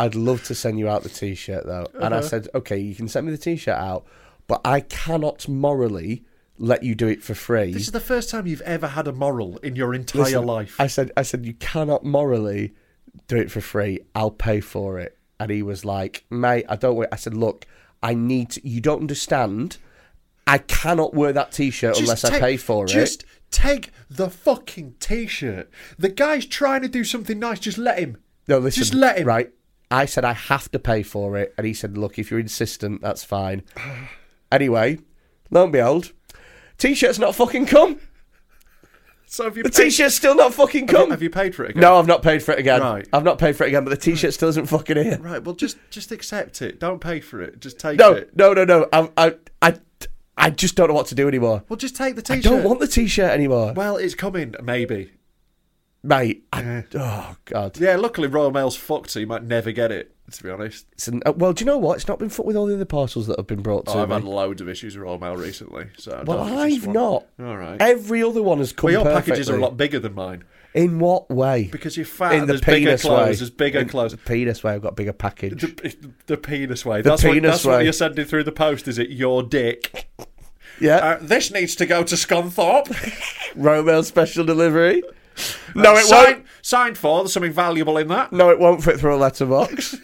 B: I'd love to send you out the t-shirt though. And
C: Uh-huh.
B: I said, okay, you can send me the t-shirt out, but I cannot morally let you do it for free.
C: "This is the first time you've ever had a moral in your entire
B: Listen,
C: life."
B: I said, I said, you cannot morally do it for free. I'll pay for it. And he was like, mate, I don't. Wait. I said, look, I need. To, you don't understand. I cannot wear that t-shirt unless I
C: take-
B: pay for it.
C: Just take the fucking t-shirt. The guy's trying to do something nice. Just let him.
B: No, listen.
C: Just let him.
B: Right. I said I have to pay for it, and he said, "Look, if you're insistent, that's fine." anyway, lo and behold, t-shirt's not fucking come.
C: So have you?
B: The
C: paid-
B: t-shirt's still not fucking
C: Have
B: come.
C: you, have you paid for it again?
B: No, I've not paid for it again.
C: Right.
B: I've not paid for it again, but the t-shirt still isn't fucking here.
C: Right. Well, just just accept it. Don't pay for it. Just take
B: No,
C: it.
B: no, no, no. I, I, I, I just don't know what to do anymore.
C: Well, just take the
B: I
C: t-shirt.
B: don't want the t-shirt anymore,
C: Well, it's coming, maybe.
B: mate. I- oh god.
C: Yeah, luckily Royal Mail's fucked, so you might never get it. To be honest,
B: It's an, uh, well, do you know what? It's not been fucked with all the other parcels that have been brought to
C: oh, I've
B: me.
C: had loads of issues with Royal Mail recently. So I
B: well,
C: don't think it's
B: I've
C: just one.
B: not.
C: All right.
B: Every other one has come
C: well, your
B: perfectly.
C: packages are a lot bigger than mine
B: In what way?
C: because you're fat. and there's bigger clothes. There's bigger
B: In
C: clothes.
B: The penis way. I've got a bigger package.
C: The, the penis way.
B: The
C: that's what,
B: penis
C: that's what
B: way.
C: you're sending through the post. Is it your dick?
B: yeah.
C: Uh, this needs to go to Scunthorpe. Uh,
B: Romeo special delivery. No, it
C: Sign-
B: won't.
C: Signed for. There's something valuable in that.
B: No, it won't fit through a letterbox.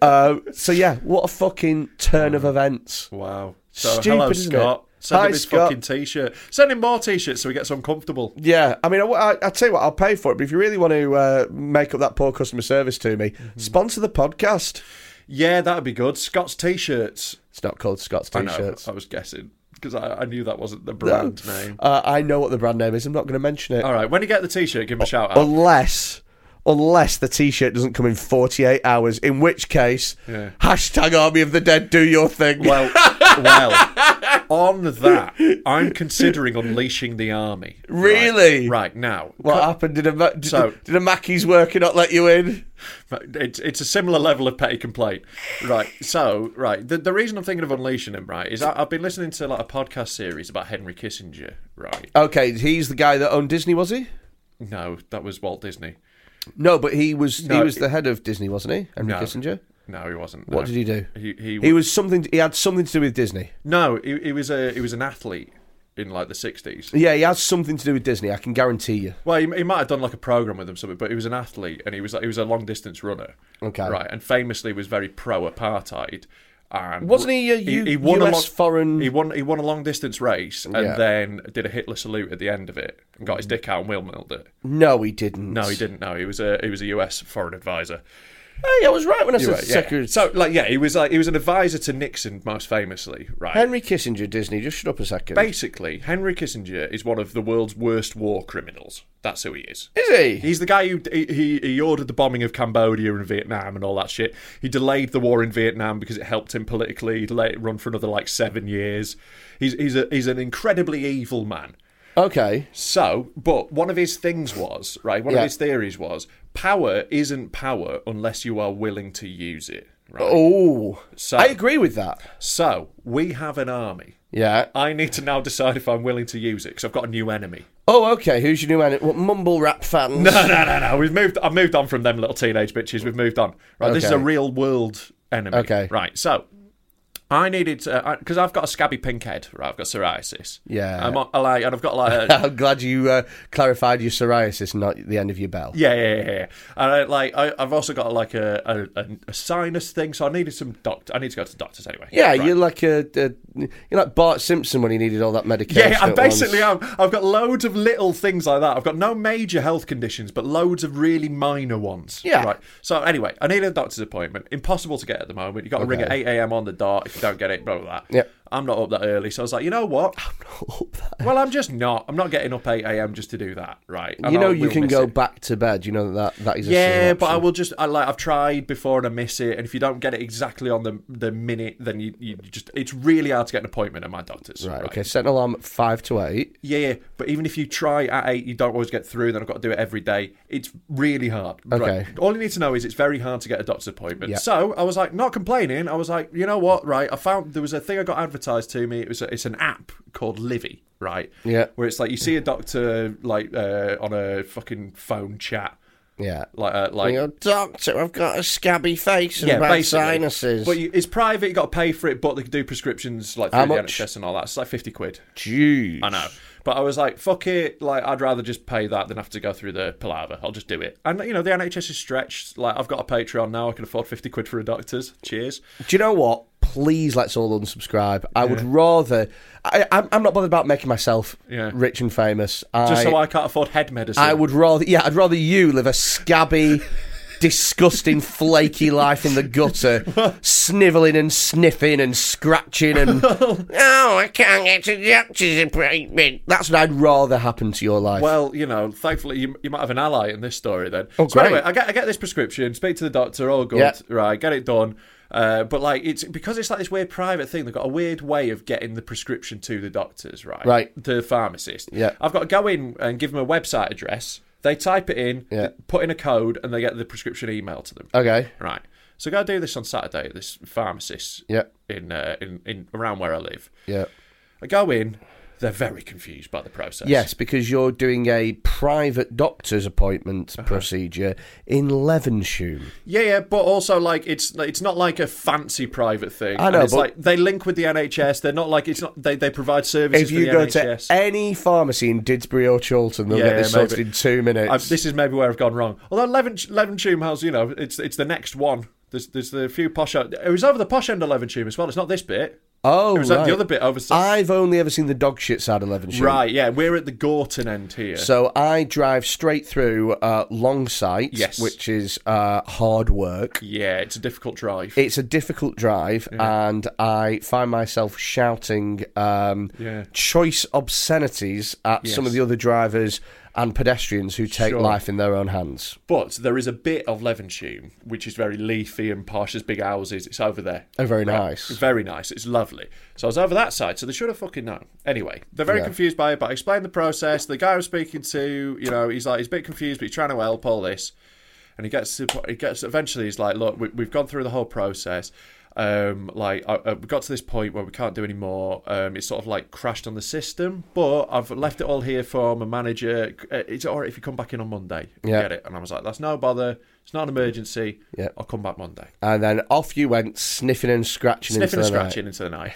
B: um, so yeah, what a fucking turn of events.
C: Wow. So
B: Stupid,
C: hello,
B: isn't it?
C: Scott. Send
B: Hi,
C: him his
B: Scott.
C: fucking t-shirt. Send him more t-shirts so he gets uncomfortable.
B: Yeah, I mean, I, I, I tell you what, I'll pay for it. But if you really want to uh, make up that poor customer service to me,
C: Mm-hmm.
B: sponsor the podcast.
C: Yeah, that'd be good. Scott's t-shirts.
B: It's not called Scott's
C: I know.
B: T-shirts.
C: I was guessing because I, I knew that wasn't the
B: No.
C: brand name.
B: Uh, I know what the brand name is. I'm not going to mention it
C: All right. When you get the t-shirt, give him a shout out.
B: unless. Unless the T-shirt doesn't come in 48 hours, in which case,
C: Yeah.
B: hashtag Army of the Dead, do your thing.
C: Well, well. On that, I'm considering unleashing the army. Right,
B: Really?
C: Right, now.
B: What
C: Cut-
B: happened? Did a ma- did,
C: So-
B: did a Mackey's worker not let you in?
C: It's, it's a similar level of petty complaint, right? So, right, the, the reason I'm thinking of unleashing him, right, is I, I've been listening to like a podcast series about Henry Kissinger, right?
B: Okay, he's the guy that owned Disney, was he?
C: No, that was Walt Disney.
B: No, but he was he
C: No,
B: was
C: it-
B: the head of Disney, wasn't he? Henry
C: No.
B: Kissinger.
C: No, he wasn't.
B: What
C: no.
B: did he do?
C: He, he,
B: He was something. He had something to do with Disney.
C: no, he, he was a he was an athlete in like the sixties.
B: Yeah, he has something to do with Disney. I can guarantee you.
C: Well, he, he might have done like a program with them, something, but he was an athlete and he was he was a long distance runner.
B: Okay.
C: right, and famously was very pro apartheid. And
B: Wasn't he a U- US foreign-
C: He won. He won a long distance race and
B: Yeah.
C: then did a Hitler salute at the end of it. And got his dick out and wheel milled it.
B: No, he didn't.
C: No, he didn't. No, he was a he was a US foreign advisor.
B: Hey, I was right when I said
C: You were, yeah.
B: secretary.
C: So like, yeah, he was like he was an advisor to Nixon, most famously, right?
B: Henry Kissinger, Disney. Just shut up a second.
C: Basically, Henry Kissinger is one of the world's worst war criminals. That's who he is.
B: Is he?
C: He's the guy who he, he- he ordered the bombing of Cambodia and Vietnam and all that shit. He delayed the war in Vietnam because it helped him politically. He let it run for another like seven years. He's he's a, he's an incredibly evil man.
B: Okay.
C: So, but one of his things was right. One
B: Yeah.
C: of his theories was power isn't power unless you are willing to use it. Right.
B: Oh,
C: So-
B: I agree with that.
C: So we have an army.
B: Yeah.
C: I need to now decide if I'm willing to use it because I've got a new enemy.
B: Oh, okay. Who's your new man? What mumble rap fans?
C: No, no, no, no. We've moved. I've moved on from them little teenage bitches. We've moved on. Right. This is
B: Okay.
C: a real world enemy.
B: Okay.
C: Right. So. I needed because I've got a scabby pink head, right? I've got psoriasis.
B: Yeah.
C: I'm on, like, and I've got like a,
B: I'm glad you uh, clarified your psoriasis, not the end of your bell.
C: Yeah, yeah, yeah. yeah. And I, like, I, I've also got like a, a, a- a sinus thing, so I needed some doctor. I need to go to the doctors anyway.
B: Yeah,
C: Right.
B: you're like a, a you're like Bart Simpson when he needed all that
C: Yeah,
B: medication.
C: yeah, I
B: at
C: basically
B: once.
C: am. I've got loads of little things like that. I've got no major health conditions, but loads of really minor ones.
B: Yeah.
C: Right. So anyway, I need a doctor's appointment. Impossible to get at the moment. You got to ring at
B: Okay.
C: eight a.m. on the dot. If you don't get it, blah blah. blah.
B: Yep.
C: I'm not up that early, so I was like, you know what? well, I'm just not. I'm not getting up eight a.m. just to do that. Right. And
B: You know,
C: I
B: you
C: will
B: can
C: miss
B: go
C: it.
B: back to bed. You know that that is. A
C: Yeah,
B: sure
C: but I
B: option.
C: will just I like I've tried before and I miss it. And if you don't get it exactly on the the minute, then you, you just it's really hard to get an appointment at my doctor's.
B: Right. Okay. Set an alarm at five to eight.
C: Yeah, yeah. But even if you try at eight, you don't always get through. Then I've got to do it every day. It's really hard.
B: Okay.
C: Right. All you need to know is it's very hard to get a doctor's appointment.
B: Yeah.
C: So I was like, not complaining. I was like, you know what? Right. I found there was a thing I got advertised to me. It was a, it's an app called Livy. Right.
B: Yeah.
C: Where it's like you see a doctor like uh, on a fucking phone chat.
B: Yeah.
C: Like, uh, like
B: You go, doctor, I've got a scabby face and bad
C: basically.
B: sinuses.
C: But you, it's private, you got to pay for it, but they do prescriptions like
B: How
C: through the
B: much?
C: NHS and all that. It's like 50 quid.
B: Jeez.
C: I know. But I was like, fuck it. Like, I'd rather just pay that than have to go through the palaver. I'll just do it. And, you know, the NHS is stretched. Like, I've got a Patreon now. I can afford 50 quid for a doctor's. Cheers.
B: Do you know what? Please, let's all unsubscribe. I would rather. I, I'm, I'm not bothered about making myself
C: Yeah.
B: rich and famous.
C: Just
B: I,
C: so I can't afford head medicine.
B: I would rather, yeah, I'd rather you live a scabby, disgusting, flaky life in the gutter, snivelling and sniffing and scratching and. oh, I can't get to doctor's appointment. That's what I'd rather happen to your life.
C: Well, you know, thankfully you, you might have an ally in this story then.
B: Oh,
C: so anyway,
B: great.
C: I get, I get this prescription, speak to the doctor, all good,
B: Yeah.
C: right, get it done. Uh, but like it's because it's like this weird private thing. They've got a weird way of getting the prescription to the doctors, right?
B: Right.
C: The pharmacist.
B: Yeah.
C: I've got to go in and give them a website address. They type it in,
B: Yeah.
C: put in a code, and they get the prescription email to them.
B: okay.
C: Right. So I go do this on Saturday. at This pharmacist.
B: Yeah.
C: In uh, in in around where I live.
B: Yeah.
C: I go in. They're very confused by the process.
B: Yes, because you're doing a private doctor's appointment
C: Uh-huh.
B: procedure in Levenshume.
C: Yeah, yeah, but also like it's it's not like a fancy private thing.
B: I know,
C: And it's
B: but-
C: like they link with the NHS. They're not like it's not they, they provide services
B: If you
C: for
B: go
C: the
B: to
C: NHS.
B: any pharmacy in Didsbury or Chorlton, they'll
C: Yeah,
B: get this
C: yeah, maybe.
B: sorted in two minutes.
C: I've- this is maybe where I've gone wrong. Although Leven- Levenshulme has, you know, it's it's the next one. There's there's the few posh. It was over the posh end of Levenshulme as well. It's not this bit.
B: oh,
C: it was like
B: right.
C: the other bit over.
B: I've only ever seen the dog shit side of Levenshulme.
C: right, yeah, we're at the Gorton end here.
B: So I drive straight through uh, Long
C: Yes.
B: which is uh, hard work.
C: yeah, it's a difficult drive.
B: It's a difficult drive, and I find myself shouting um,
C: Yeah.
B: choice obscenities at some of
C: Yes.
B: the other drivers and pedestrians who take
C: Sure.
B: life in their own hands.
C: But there is a bit of Levenshulme which is very leafy and posh. There's big houses. It's over there.
B: Oh, very
C: Right.
B: nice.
C: Very nice. It's lovely. So I was over that side. So they should have fucking known. Anyway, they're very
B: Yeah.
C: confused by it. But I explained the process. The guy I was speaking to, you know, he's like he's a bit confused, but he's trying to help all this. And he gets to, he gets eventually. He's like, look, we, we've gone through the whole process. Um, like I, I, we got to this point where we can't do any more. Um, it's sort of like crashed on the system. But I've left it all here for my manager. Uh, It's all right if you come back in on Monday. and
B: Yeah.
C: Get it? And I was like, that's no bother. It's not an emergency.
B: Yeah.
C: I'll come back Monday
B: And then off you went, sniffing and scratching
C: sniffing
B: into
C: and
B: the
C: scratching
B: night.
C: into the night.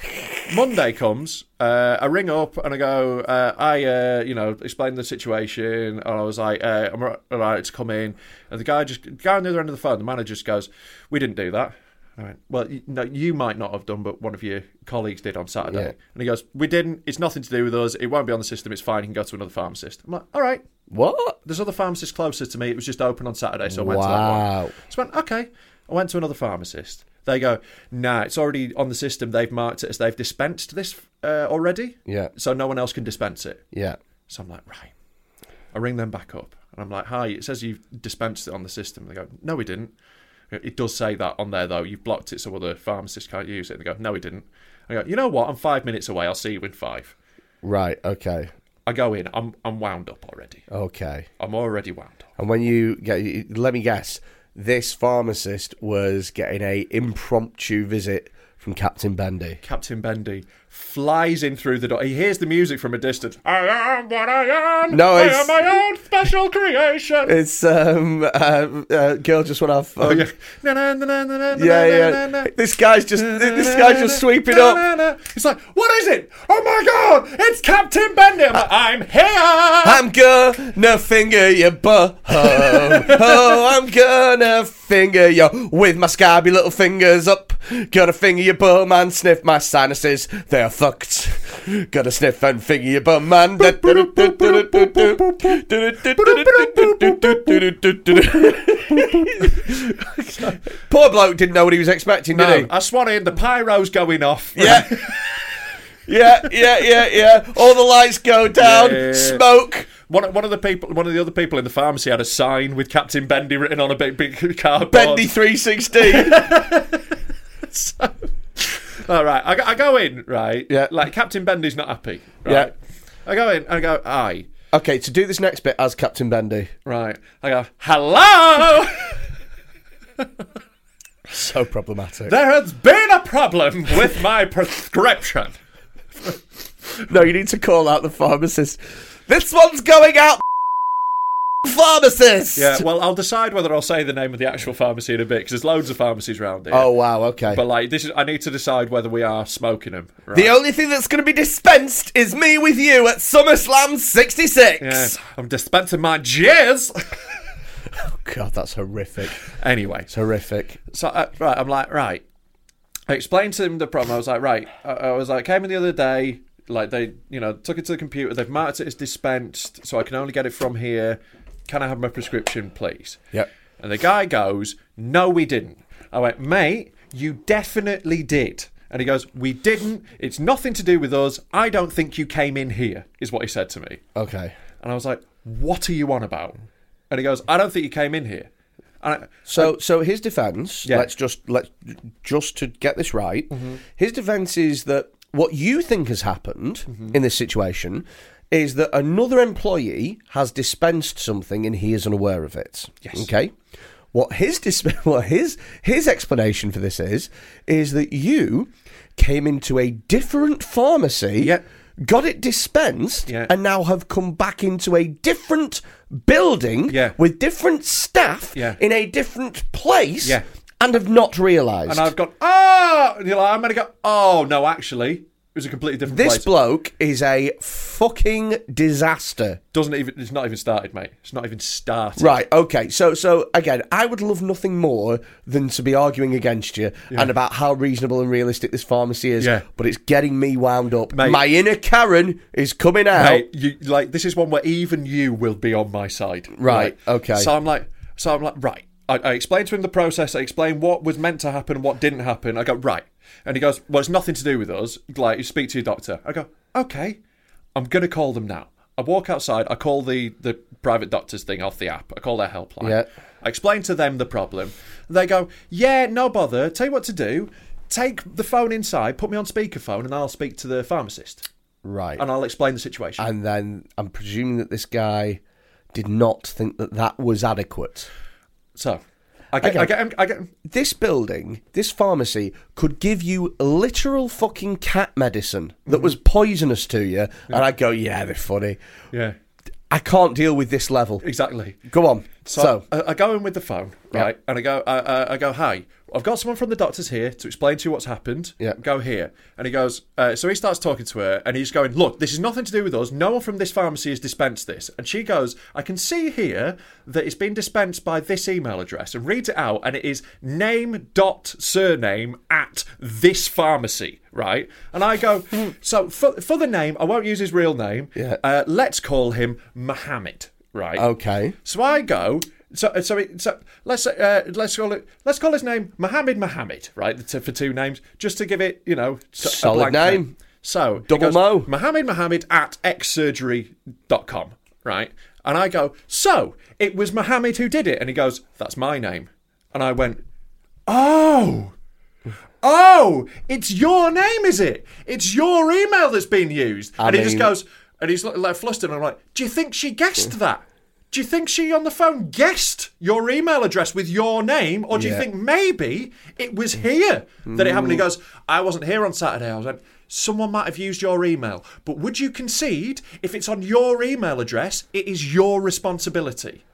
C: Monday comes, uh, I ring up and I go, uh, I, uh, you know, explain the situation, and I was like, uh, I'm all right to come in, and the guy just, the guy on the other end of the phone, the manager just goes, we didn't do that. I went, well, you, no, you might not have done, but one of your colleagues did on Saturday.
B: Yeah.
C: And he goes, we didn't. It's nothing to do with us. It won't be on the system. It's fine. You can go to another pharmacist. I'm like, all right.
B: What?
C: There's other pharmacists closer to me. It was just open on Saturday, so I went to that one.
B: Wow.
C: So I went, okay. I went to another pharmacist. They go, nah, it's already on the system. They've marked it as they've dispensed this uh, already.
B: Yeah.
C: So no one else can dispense it.
B: Yeah.
C: So I'm like, right. I ring them back up and I'm like, hi, it says you've dispensed it on the system. They go, no, we didn't. It does say that on there though. You've blocked it so other pharmacists can't use it. They go, no, we didn't. I go, you know what? I'm five minutes away. I'll see you in five.
B: Right. Okay.
C: I go in. I'm, I'm wound up already.
B: Oh. Okay.
C: I'm already wound up.
B: And when you get, let me guess, this pharmacist was getting a impromptu visit from Captain Bendy.
C: Captain Bendy flies in through the door. He hears the music from a distance. I am what I am.
B: No,
C: I
B: it's-
C: am my own special creation.
B: It's um, uh, uh, girl just went off.
C: Oh, yeah. Na, na, na, na, na, na,
B: yeah,
C: na,
B: yeah.
C: na, na.
B: This guy's just this guy's just sweeping
C: Na,
B: up.
C: na, na. It's like, what is it? Oh my god! It's Captain Bendy. I'm,
B: Uh,
C: like, I'm here.
B: I'm gonna finger your bum. Oh, I'm gonna finger you with my scabby little fingers up. Gonna finger your bum and sniff my sinuses. They're fucked. Gonna sniff and finger your bum and. Poor bloke didn't know what he was expecting, did
C: No,
B: he?
C: I swan in. The pyro's going off.
B: Yeah. yeah, yeah, yeah, yeah. All the lights go down.
C: Yeah.
B: Smoke.
C: One, one of the people, one of the other people in the pharmacy had a sign with Captain Bendy written on a big, big cardboard.
B: Bendy 360.
C: All right, I, go- I go in, right?
B: Yeah.
C: Like Captain Bendy's not happy,
B: Yeah.
C: right? I go in and I go, aye,
B: Okay, to do this next bit as Captain Bendy.
C: right. I go, hello.
B: So problematic.
C: there has been a problem with my prescription.
B: no, you need to call out the pharmacist. This one's going out, pharmacist.
C: Yeah. Well, I'll decide whether I'll say the name of the actual pharmacy in a bit because there's loads of pharmacies around here.
B: Oh wow. Okay.
C: But like this is, I need to decide whether we are smoking them. Right?
B: the only thing that's going to be dispensed is me with you at SummerSlam '66.
C: yeah, I'm dispensing my jizz.
B: Oh, God, that's horrific.
C: anyway,
B: It's horrific.
C: so uh, right, I'm like, right. I explained to him the problem. I was like, right. I, I was like, came in the other day. Like they, you know, took it to the computer. They've marked it as dispensed, so I can only get it from here. Can I have my prescription, please?
B: Yep.
C: And the guy goes, No, we didn't. I went, Mate, you definitely did. And he goes, We didn't. It's nothing to do with us. I don't think you came in here, is what he said to me.
B: Okay.
C: And I was like, What are you on about? And he goes, I don't think you came in here. And I,
B: So, so his defence.
C: Yeah. Mm-hmm.
B: Let's just let just to get this right. His defence is that what you think has happened
C: Mm-hmm.
B: in this situation is that another employee has dispensed something and he is unaware of it.
C: Yes.
B: Okay. What his disp- what his his explanation for this is is that you came into a different pharmacy.
C: Yeah.
B: Got it dispensed
C: Yeah.
B: and now have come back into a different building
C: Yeah.
B: with different staff
C: Yeah.
B: in a different place
C: Yeah.
B: and have not realised.
C: and I've gone, Oh! And you're like, I'm going to go, Oh, no, actually, it was a completely different
B: This
C: place.
B: bloke is a fucking disaster.
C: Doesn't even, it's not even started, mate. It's not even started.
B: Right, okay. So so again, I would love nothing more than to be arguing against you and about how reasonable and realistic this pharmacy is,
C: Yeah.
B: but it's getting me wound up.
C: Mate.
B: My inner Karen is coming out.
C: Mate, you like this is one where even you will be on my side.
B: Right, okay.
C: So I'm like, so I'm like, right. I, I explained to him the process. I explained what was meant to happen, and what didn't happen. I go right, and he goes, well, it's nothing to do with us. Like, you speak to your doctor. I go, okay. I'm gonna call them now. I walk outside. I call the the private doctors thing off the app. I call their helpline.
B: Yeah.
C: I explain to them the problem. They go, yeah, no bother. Tell you what to do. Take the phone inside, put me on speakerphone, and I'll speak to the pharmacist,
B: Right.
C: and I'll explain the situation.
B: and then I'm presuming that this guy did not think that that was adequate.
C: So, I get,
B: Okay.
C: I get, I get,
B: this building, this pharmacy, could give you literal fucking cat medicine
C: Mm-hmm.
B: that was poisonous to you, and I'd go, yeah, they're funny.
C: yeah,
B: I can't deal with this level.
C: exactly.
B: Go on. So,
C: I, I go in with the phone,
B: Yeah.
C: right, and I go, I, I, I go, hi, I've got someone from the doctors here to explain to you what's happened.
B: Yeah.
C: Go here, and he goes. Uh, so he starts talking to her, and he's going, look, this is nothing to do with us. No one from this pharmacy has dispensed this, and she goes, I can see here that it's been dispensed by this email address, and reads it out, and it is name dot surname at this pharmacy. Right, and I go. so for, for the name, I won't use his real name.
B: Yeah.
C: Uh, let's call him Mohammed. Right.
B: okay.
C: So I go. So so, it, so let's say, uh, let's call it let's call his name Mohammed Mohammed, right? t- For two names, just to give it you know s- a
B: Solid
C: blank
B: name.
C: So he
B: Double
C: goes,
B: Mo.
C: Mohammed Mohammed at xsurgery.com, right? And I go, so it was Mohammed who did it, and he goes, that's my name, and I went, oh. Oh, it's your name, is it? It's your email that's been used.
B: I
C: and he just
B: mean-
C: goes, and he's like, like flustered. And I'm like, do you think she guessed that? Do you think she on the phone guessed your email address with your name? Or do
B: Yeah. Mm.
C: you think maybe it was here that it happened? He goes, I wasn't here on Saturday. I was like, someone might have used your email. But would you concede if it's on your email address, it is your responsibility?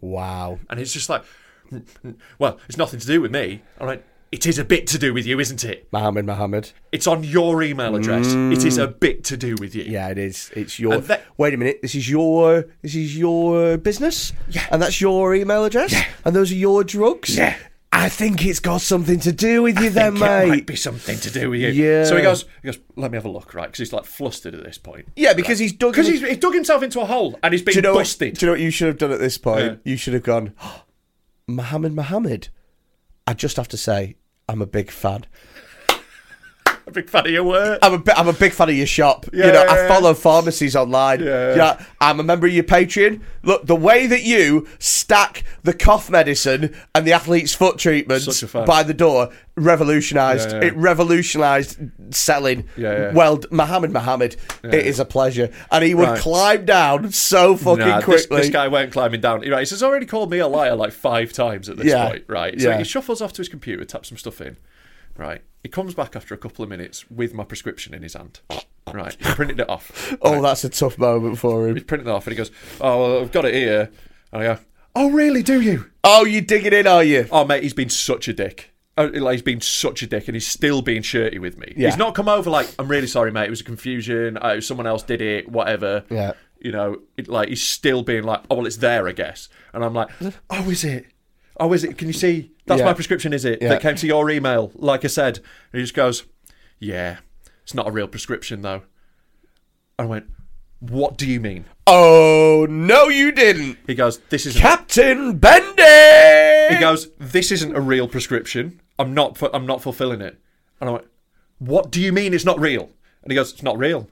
B: Wow.
C: And it's just like, "Mm, mm, well, it's nothing to do with me. All right. It is a bit to do with you, isn't it?
B: Mohammed Mohammed.
C: It's on your email address. It is a bit to do with you.
B: Mm. Yeah, it is. It's your.
C: And that-
B: Wait a minute. This is your. This is your business.
C: Yeah.
B: And that's your email address.
C: Yeah.
B: And those are your drugs.
C: Yeah.
B: I think it's got something to do with you,
C: I
B: then,
C: think
B: mate.
C: it might be something to do with you.
B: Yeah.
C: So he goes, he goes, let me have a look, right? Because he's like flustered at this point.
B: Yeah, because he's dug-
C: because he's, he's dug himself into a hole and he's been
B: do you know
C: busted.
B: What, do you know what you should have done at this point?
C: Yeah.
B: You should have gone, Mohammed Mohammed. I just have to say, I'm a big fan.
C: a big fan of your work.
B: I'm a, bi- I'm a big fan of your shop. you
C: Yeah,
B: know,
C: yeah,
B: I
C: yeah.
B: follow pharmacies online.
C: Yeah.
B: You know, I'm a member of your Patreon. Look, the way that you stack the cough medicine and the athlete's foot treatments
C: Such a fan.
B: by the door revolutionised.
C: Yeah, yeah.
B: It revolutionised selling.
C: Yeah, yeah.
B: Well, Mohammed Mohammed, it is a pleasure. And he would
C: Right.
B: climb down so fucking
C: Nah, this,
B: quickly.
C: this guy went climbing down. Right, he's already called me a liar like five times at this
B: Yeah.
C: point. Right, so
B: Yeah.
C: he shuffles off to his computer, taps some stuff in. Right, he comes back after a couple of minutes with my prescription in his hand. Right, he printed it off.
B: Oh, that's a tough moment for
C: He
B: him.
C: printed it off and he goes, "Oh, well, I've got it here." And I go, "Oh, really? Do you?"
B: Oh, you digging in, are you?
C: Oh, mate, he's been such a dick. Oh, Like he's been such a dick, and he's still being shirty with me.
B: Yeah.
C: He's not come over like, "I'm really sorry, mate. It was a confusion. Oh, someone else did it. Whatever."
B: Yeah.
C: You know, it, like he's still being like, "Oh, well, it's there, I guess." And I'm like, "Oh, is it? Oh, is it? Can you see? That's
B: Yeah.
C: my prescription. Is it
B: Yeah.
C: that came to your email? Like I said." And he just goes, "Yeah, it's not a real prescription though." And I went, What do you mean?
B: Oh, no, you didn't.
C: He goes, This is
B: Captain Bendy.
C: He goes, "This isn't a real prescription. I'm not. fu- I'm not fulfilling it." And I'm like, "What do you mean it's not real?" And he goes, "It's not real."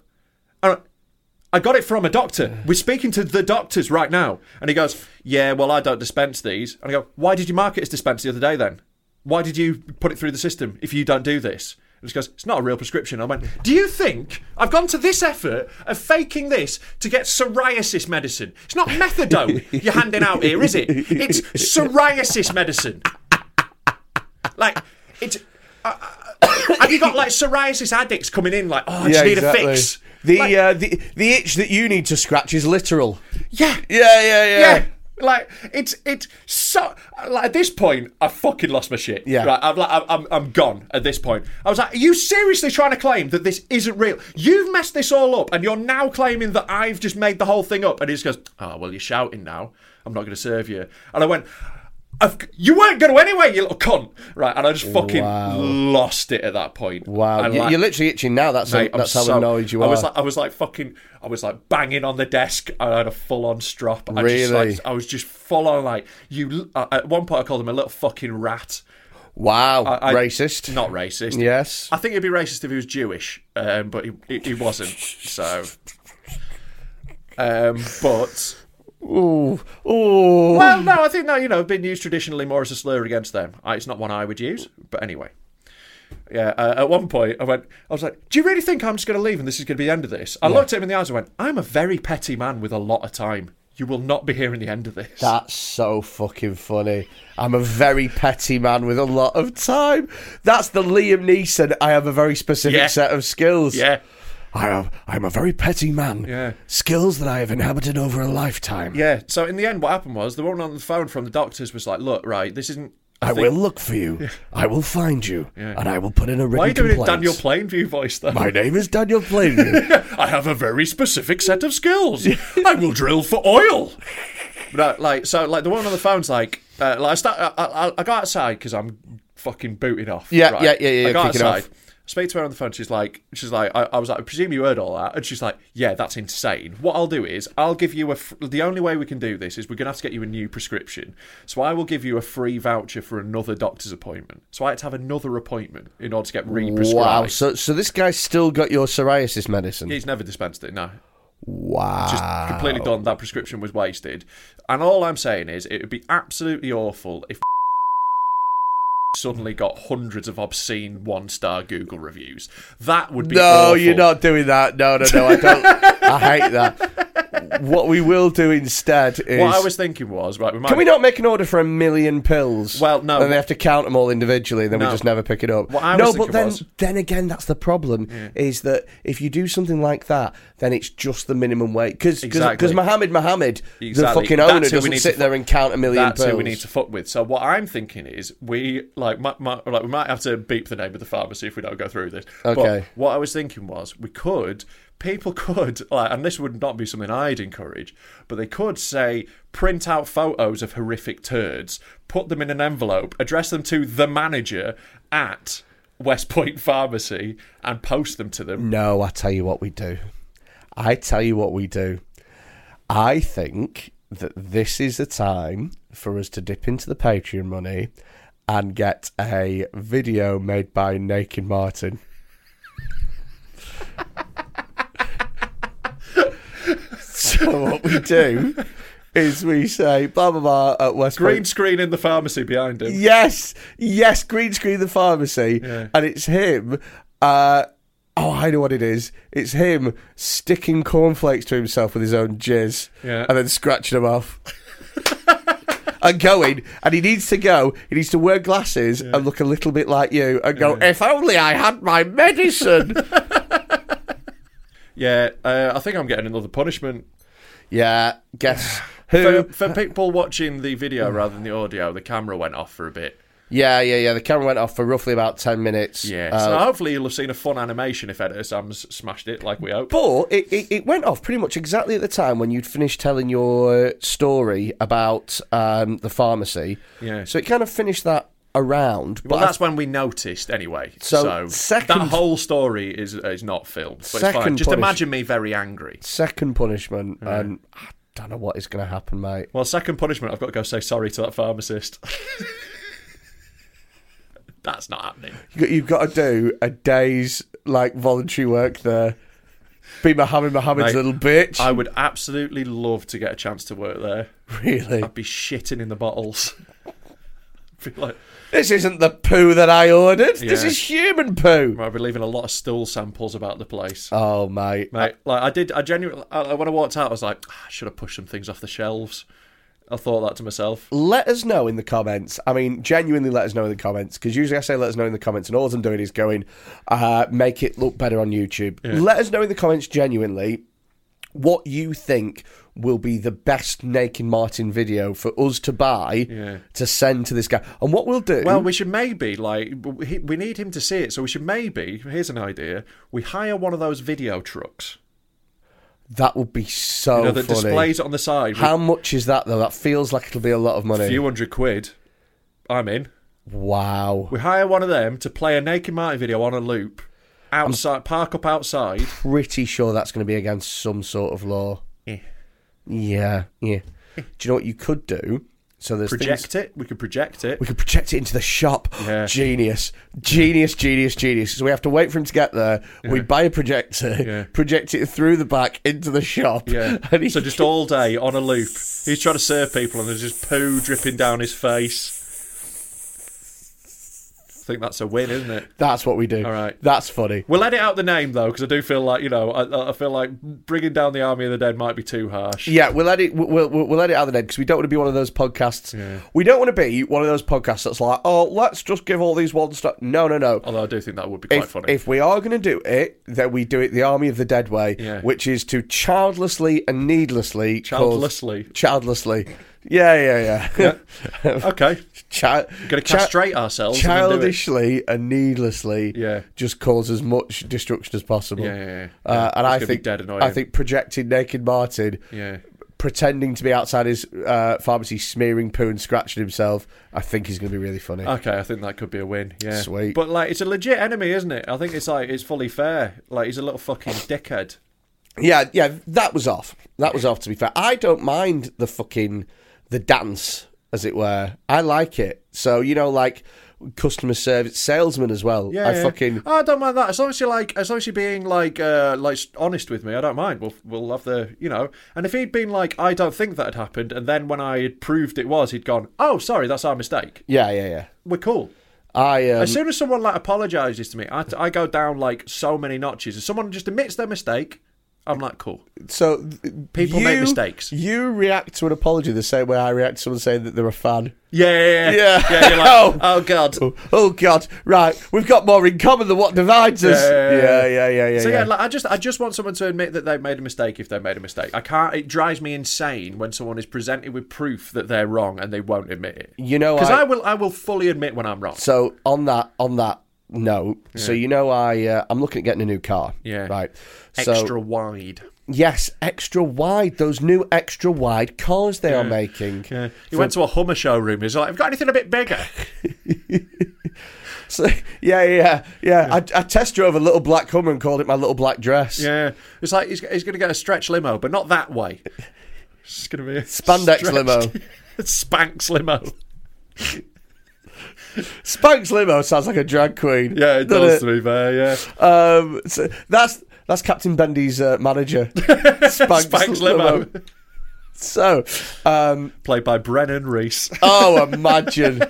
C: And I- I got it from a doctor. We're speaking to the doctors right now. And he goes, "Yeah, well, I don't dispense these." And I go, "Why did you mark it as dispensed the other day then? Why did you put it through the system if you don't do this?" And he goes, "It's not a real prescription." I went, "Do you think I've gone to this effort of faking this to get psoriasis medicine? It's not methadone you're handing out here, is it? It's psoriasis medicine." Like it's. Uh, have you got like psoriasis addicts coming in? Like, oh, I just need a fix.
B: The,
C: Like-
B: uh, the the itch that you need to scratch is literal.
C: Yeah,
B: Yeah, yeah, yeah.
C: yeah. Like it's it's so like at this point I fucking lost my shit.
B: Yeah.
C: right. I'm like I'm- I'm I'm gone at this point. I was like, are you seriously trying to claim that this isn't real? You've messed this all up, and you're now claiming that I've just made the whole thing up. And he just goes, oh well, you're shouting now. I'm not going to serve you. And I went. I've, you weren't going to anyway, you little cunt. Right, and I just fucking
B: Wow.
C: lost it at that point.
B: Wow,
C: And
B: you,
C: like-
B: you're literally itching now. That's
C: Mate,
B: how,
C: I'm
B: that's how
C: so-
B: annoyed you
C: I
B: are.
C: was like, I was like fucking, I was like banging on the desk. I had a full on strop. I just, like,
B: Really?
C: I was just full on like you. Uh, at one point, I called him a little fucking rat.
B: wow,
C: I- I-
B: racist.
C: Not racist.
B: Yes.
C: I think it'd be racist if he was Jewish, um, but he, he, he wasn't. So, um, but
B: Ooh, ooh.
C: well, no, I think that you know been used traditionally more as a slur against them. Uh, It's not one I would use, but anyway. Yeah, uh, at one point I went, I was like, "Do you really think I'm just going to leave and this is going to be the end of this?" I looked at him in the eyes and went, "I'm a very petty man with a lot of time. You will not be hearing the end of this."
B: That's so fucking funny. I'm a very petty man with a lot of time. That's the Liam Neeson. I have a very specific
C: Yeah.
B: set of skills.
C: yeah,
B: I am, I'm a very petty man.
C: Yeah.
B: Skills that I have inhabited over a lifetime.
C: yeah. So in the end, what happened was the woman on the phone from the doctors was like, "Look, right, this isn't."
B: I
C: think-
B: will look for you. I will find you. And I will put in a written
C: Why are you doing
B: complaint.
C: a Daniel Plainview voice though?
B: My name is Daniel Plainview.
C: I have a very specific set of skills. I will drill for oil. But, uh, like so, like the one on the phone's like, uh, like I start, I, I, I go outside because I'm fucking booting off.
B: Yeah, yeah, yeah, yeah,
C: I go
B: kicking off.
C: outside. Speak to her on the phone. She's like, she's like, I, I was like, I presume you heard all that, and she's like, yeah, that's insane. What I'll do is, I'll give you a. Fr- the only way we can do this is we're gonna have to get you a new prescription. So I will give you a free voucher for another doctor's appointment. So I had to have another appointment in order to get re-prescribed.
B: wow. So, so this guy's still got your psoriasis medicine.
C: He's never dispensed it. No,
B: wow.
C: just completely done. That prescription was wasted. And all I'm saying is, it would be absolutely awful if suddenly got hundreds of obscene one-star Google reviews. That would be
B: no,
C: awful.
B: you're not doing that. No, no, no. I don't. I hate that. What we will do instead is.
C: What I was thinking was right. We might
B: Can we not make an order for a million pills?
C: Well, no.
B: And they have to count them all individually, and then we
C: No.
B: just never pick it up.
C: What I
B: no,
C: was
B: but
C: thinking
B: then,
C: was-
B: then again, that's the problem is that if you do something like that, then it's just the minimum weight because
C: Exactly.
B: Mohammed Mohammed, the
C: Exactly.
B: fucking
C: That's
B: owner,
C: who we
B: doesn't
C: need
B: sit
C: to
B: there
C: fu-
B: and count a million
C: That's
B: pills.
C: who we need to fuck with. So what I'm thinking is we like might, might, like we might have to beep the name of the pharmacy if we don't go through this.
B: Okay.
C: But what I was thinking was we could people could like and this would not be something I'd encourage, but they could say print out photos of horrific turds, put them in an envelope, address them to the manager at West Point Pharmacy and post them to them.
B: No, I tell you what we do. I tell you what we do. I think that this is the time for us to dip into the Patreon money and get a video made by Naked Martin. so what we do is we say blah blah blah at West
C: Green
B: Point-
C: screen in the pharmacy behind him.
B: Yes, yes, green screen the pharmacy, and it's him. Uh, oh, I know what it is. It's him sticking cornflakes to himself with his own jizz,
C: Yeah.
B: and then scratching them off. And going, and he needs to go. He needs to wear glasses and look a little bit like you, and
C: Um,
B: go. If only I had my medicine.
C: Yeah, uh, I think I'm getting another punishment.
B: yeah, guess who?
C: For, for people watching the video rather than the audio, the camera went off for a bit.
B: Yeah, yeah, yeah. The camera went off for roughly about ten minutes.
C: Yeah.
B: Uh,
C: so hopefully you'll have seen a fun animation if Editor Sam's smashed it like we hope.
B: But it, it, it went off pretty much exactly at the time when you'd finished telling your story about um, the pharmacy.
C: Yeah.
B: So it kind of finished that around.
C: Well,
B: I-
C: that's when we noticed anyway.
B: So,
C: So,
B: second-
C: that whole story is is not filmed. But it's fine.
B: Second
C: Just
B: punish-
C: imagine me very angry.
B: second punishment, and I don't know what is going to happen, mate.
C: Well, second punishment, I've got to go say sorry to that pharmacist. that's not happening.
B: You- You've got to do a day's like voluntary work there. Be Mohammed Mohammed's
C: Mate,
B: little bitch.
C: I would absolutely love to get a chance to work there.
B: really,
C: I'd be shitting in the bottles. I'd be like,
B: this isn't the poo that I ordered. This
C: Yeah.
B: is human poo.
C: I'd be leaving a lot of stool samples about the place.
B: Oh, mate.
C: Mate, like I did, I genuinely I, when I walked out, I was like, "Ah, I should have pushed some things off the shelves. I thought that to myself.
B: Let us know in the comments. I mean, genuinely let us know in the comments because usually I say let us know in the comments, and all I'm doing is going uh, make it look better on YouTube. Let us know in the comments genuinely what you think will be the best Naked Martin video for us to buy
C: Yeah.
B: to send to this guy, and what we'll do.
C: Well, we should maybe like w- he- we need him to see it, so we should maybe here's an idea: we hire one of those video trucks,
B: that would be so
C: you know, that
B: Oh, funny.
C: displays it on the side. with
B: How much is that though? That feels like it'll be a lot of
C: a
B: money.
C: few hundred quid. I'm in.
B: Wow.
C: We hire one of them to play a Naked Martin video on a loop
B: Um,
C: outside, park up outside.
B: pretty sure that's going to be against some sort of law.
C: Yeah.
B: Yeah, yeah. Do you know what you could do? So there's
C: project
B: things
C: it. We could project it.
B: we could project it into the shop.
C: Yeah.
B: Genius, genius, genius, genius. So we have to wait for him to get there. We buy a projector,
C: Yeah.
B: project it through the back into the shop.
C: Yeah.
B: and he
C: so just all day on a loop. He's trying to serve people and there's just poo dripping down his face. I think that's a win, isn't it?
B: that's what we do.
C: All right.
B: that's funny.
C: We'll edit out the name though, because I do feel like you know, I, I feel like bringing down the army of the dead might be too harsh.
B: Yeah, we'll let it. We'll we'll, we'll let it out of the because we don't want to be one of those podcasts. We don't want to be one of those podcasts that's like, oh, let's just give all these one star. No, no, no.
C: Although I do think that would be quite
B: if,
C: funny.
B: if we are going to do it, then we do it the Army of the Dead way,
C: Yeah.
B: which is to childlessly and needlessly. cause-
C: Childlessly.
B: childlessly. Yeah, yeah, yeah.
C: okay,
B: Child,
C: Gonna castrate ourselves and then do it.
B: Childishly and needlessly.
C: Yeah.
B: Just cause as much destruction as possible.
C: Yeah, yeah, yeah.
B: Uh,
C: Yeah,
B: and
C: it's
B: I
C: gonna be
B: think,
C: dead annoying.
B: I think projecting Naked Martin.
C: Yeah.
B: Pretending to be outside his uh, pharmacy, smearing poo and scratching himself, I think is going to be really funny.
C: okay, I think that could be a win. Yeah,
B: Sweet.
C: But like, it's a legit enemy, isn't it? I think it's like it's fully fair. Like he's a little fucking dickhead.
B: Yeah, yeah, that was off. That was off. To be fair, I don't mind the fucking the dance, as it were. I like it. So you know, like customer service salesman as well.
C: Yeah,
B: I
C: yeah.
B: fucking
C: Oh, I don't mind that as long as you like, as long as you're being like, uh, like honest with me, I don't mind. We'll we'll have the, you know. And if he'd been like, I don't think that had happened, and then when I had proved it was, he'd gone, oh, sorry, that's our mistake.
B: yeah, yeah, yeah.
C: We're cool.
B: I um,
C: as soon as someone like apologizes to me, I, I go down like so many notches. If someone just admits their mistake, I'm like, cool.
B: so th-
C: People
B: you-
C: make mistakes.
B: You react to an apology the same way I react to someone saying that they're a fan.
C: Yeah, yeah, yeah.
B: Yeah.
C: yeah you're like, oh, god.
B: Oh, oh, God! Right, we've got more in common than what divides us.
C: Yeah,
B: yeah,
C: yeah, yeah,
B: yeah, yeah. yeah,
C: so yeah,
B: yeah.
C: like, I just I just want someone to admit that they made a mistake if they made a mistake. I can't. It drives me insane when someone is presented with proof that they're wrong and they won't admit it.
B: You know,
C: because
B: I-
C: I, will I will fully admit when I'm wrong.
B: So on that on that note, so you know, I uh, I'm looking at getting a new car.
C: Yeah.
B: right. So-
C: Extra wide.
B: Yes, extra wide. Those new extra wide cars they are making.
C: Yeah. He went to a Hummer showroom. He's like, "I've got anything a bit bigger."
B: So- yeah, yeah, yeah. yeah. I, I test drove a little black Hummer and called it my little black dress.
C: yeah, it's like he's, he's going to get a stretch limo, but not that way. It's going to be a
B: Spandex
C: stretched-
B: limo.
C: Spanx limo.
B: Spanx limo sounds like a drag queen.
C: Yeah, it
B: doesn't
C: does. To be fair, yeah.
B: Um, so that's that's Captain Bendy's uh, manager. Spanx,
C: Spanx limo,
B: So, um,
C: played by Brennan Reese.
B: oh, imagine.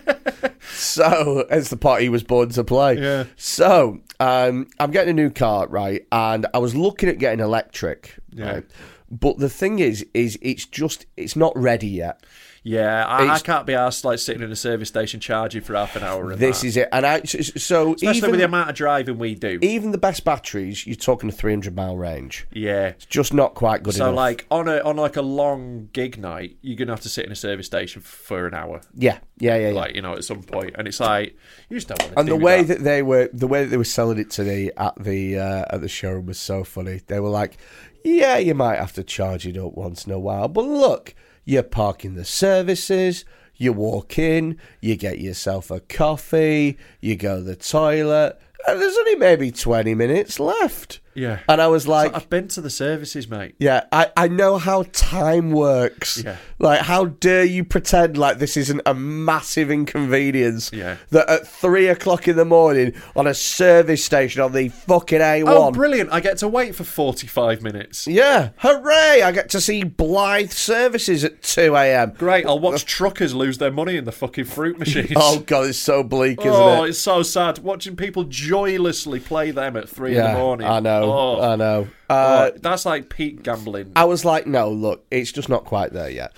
B: so, it's the part he was born to play.
C: Yeah.
B: So, um, I'm getting a new car, right? And I was looking at getting electric.
C: Yeah.
B: Right? But the thing is, is it's just it's not ready yet.
C: Yeah, I, I
B: It's-
C: can't be asked like sitting in a service station charging for half an hour. And
B: This
C: that.
B: is it, and I so- so
C: especially
B: even
C: with the amount of driving we do.
B: even the best batteries, you're talking a 300 mile range.
C: yeah.
B: It's just not quite good
C: So
B: enough.
C: like on a on like a long gig night, you're gonna have to sit in a service station for an hour,
B: yeah, yeah, yeah, yeah.
C: like you know, at some point, and it's like you just don't want to.
B: and the way that. they were the way that they were selling it to me at the uh, at the showroom was so funny. They were like, "Yeah, you might have to charge it up once in a while, but look, you're parking the services, You walk in, you get yourself a coffee, you go to the toilet, and there's only maybe 20 minutes left.
C: Yeah.
B: And I was like,
C: I've been to the services, mate.
B: yeah, I, I know how time works.
C: Yeah.
B: Like, how dare you pretend like this isn't a massive inconvenience?
C: Yeah.
B: That at three o'clock in the morning on a service station on the fucking A1.
C: Oh, brilliant! I get to wait for forty-five minutes.
B: yeah. Hooray! I get to see Blythe Services at 2 a.m.
C: Great. I'll watch truckers lose their money in the fucking fruit machines.
B: Oh, God, it's so bleak, isn't
C: Oh,
B: it?
C: it's so sad watching people joylessly play them at three in
B: yeah,
C: the morning.
B: I know.
C: Oh.
B: I know.
C: Oh,
B: Uh,
C: that's like peak gambling.
B: I was like, no, look, it's just not quite there yet.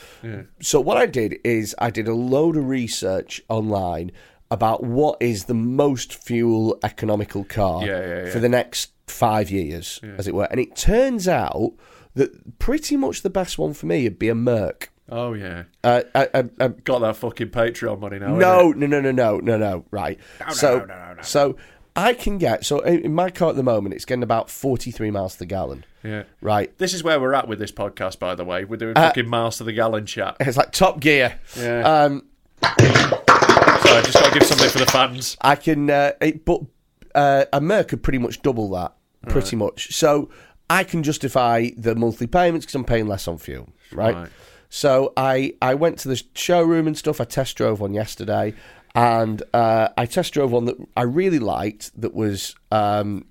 B: So what I did is I did a load of research online about what is the most fuel economical car
C: Yeah, yeah, yeah.
B: for the next five years, as it were. And it turns out that pretty much the best one for me would be a Merc.
C: oh yeah,
B: Uh, a, a, a
C: got that fucking Patreon money now.
B: no,
C: innit?
B: no, no, no, no, no, no. Right. so, so I can get so in in my car at the moment it's getting about forty-three miles to the gallon.
C: Yeah.
B: Right.
C: This is where we're at with this podcast, by the way. We're doing
B: Uh,
C: fucking miles to the gallon chat.
B: It's like Top Gear.
C: Yeah.
B: Um,
C: So I just got to give something for the fans.
B: I can, uh, it, but uh, a Merc could pretty much double that, pretty much. So I can justify the monthly payments because I'm paying less on fuel, right?
C: Right.
B: So I, I went to the showroom and stuff. I test drove one yesterday, and uh, I test drove one that I really liked that was, um,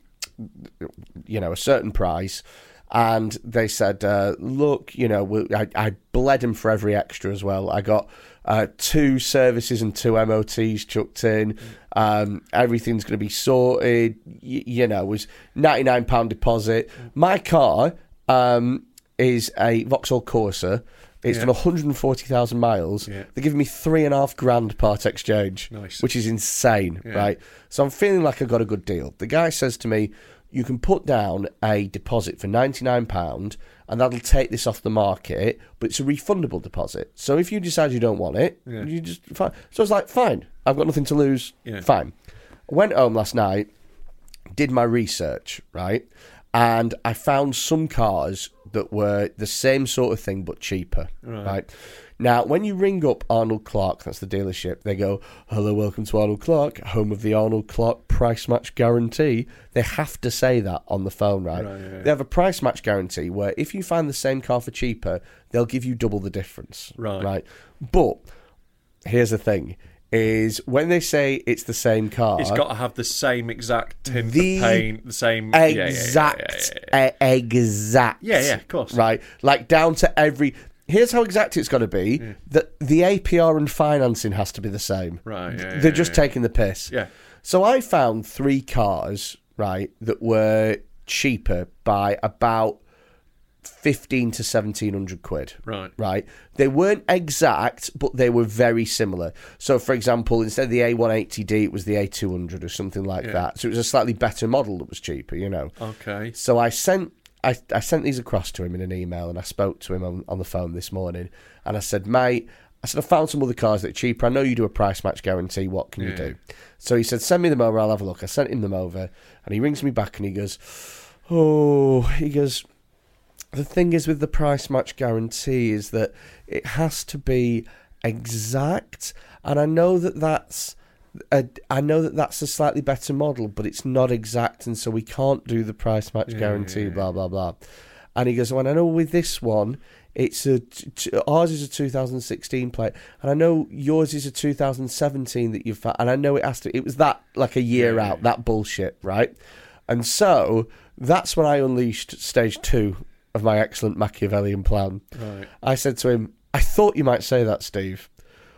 B: you know, a certain price. And they said, uh, look, you know, we- I, I bled him for every extra as well. I got uh, two services and two MOTs chucked in. Um, everything's going to be sorted. Y- you know, it was £99 deposit. My car um, is a Vauxhall Corsa. It's done 140,000 miles.
C: Yeah.
B: They're giving me three and a half grand part exchange,
C: Nice.
B: which is insane, right? So I'm feeling like I got a good deal. The guy says to me, "You can put down a deposit for 99 pound, and that'll take this off the market, but it's a refundable deposit. So if you decide you don't want it, you just fine." So I was like, "Fine, I've got nothing to lose.
C: Yeah.
B: Fine." I went home last night did my research, right? And I found some cars that were the same sort of thing but cheaper, right? Now, when you ring up Arnold Clark, that's the dealership, they go, Hello, welcome to Arnold Clark, home of the Arnold Clark price match guarantee. They have to say that on the phone, right? They have a price match guarantee where if you find the same car for cheaper, they'll give you double the difference,
C: Right.
B: Right. But here's the thing is when they say it's the same car,
C: It's got to have the same exact tint,
B: Uh, The
C: the paint, the same yeah, yeah, yeah, yeah,
B: exact,
C: yeah, yeah.
B: e- exact.
C: Yeah, yeah, of course.
B: Right, like down to every. Here's how exact it's got to be. That the APR and financing has to be the same.
C: Right, yeah,
B: They're
C: yeah,
B: just
C: yeah.
B: taking the piss.
C: Yeah.
B: So I found three cars right that were cheaper by about fifteen to seventeen hundred quid.
C: Right.
B: Right. They weren't exact, but they were very similar. So, for example, instead of the A180D, it was the A200 or something like that. So it was a slightly better model that was cheaper, you know.
C: Okay.
B: So I sent I, I sent these across to him in an email and I spoke to him on, on the phone this morning and I said, mate, I said, I found some other cars that are cheaper. I know you do a price match guarantee. What can you do? So he said, send me them over. I'll have a look. I sent him them over and he rings me back and he goes, oh, he goes, the thing is with the price match guarantee is that it has to be exact and i know that that's a, i know that that's a slightly better model but it's not exact and so we can't do the price match guarantee blah blah blah and he goes well i know with this one it's a t- t- ours is a 2016 plate and i know yours is a 2017 that you've fa- and i know it has to it was that like a year out that bullshit right and so that's when I unleashed stage two of my excellent Machiavellian plan. I said to him, I thought you might say that, Steve,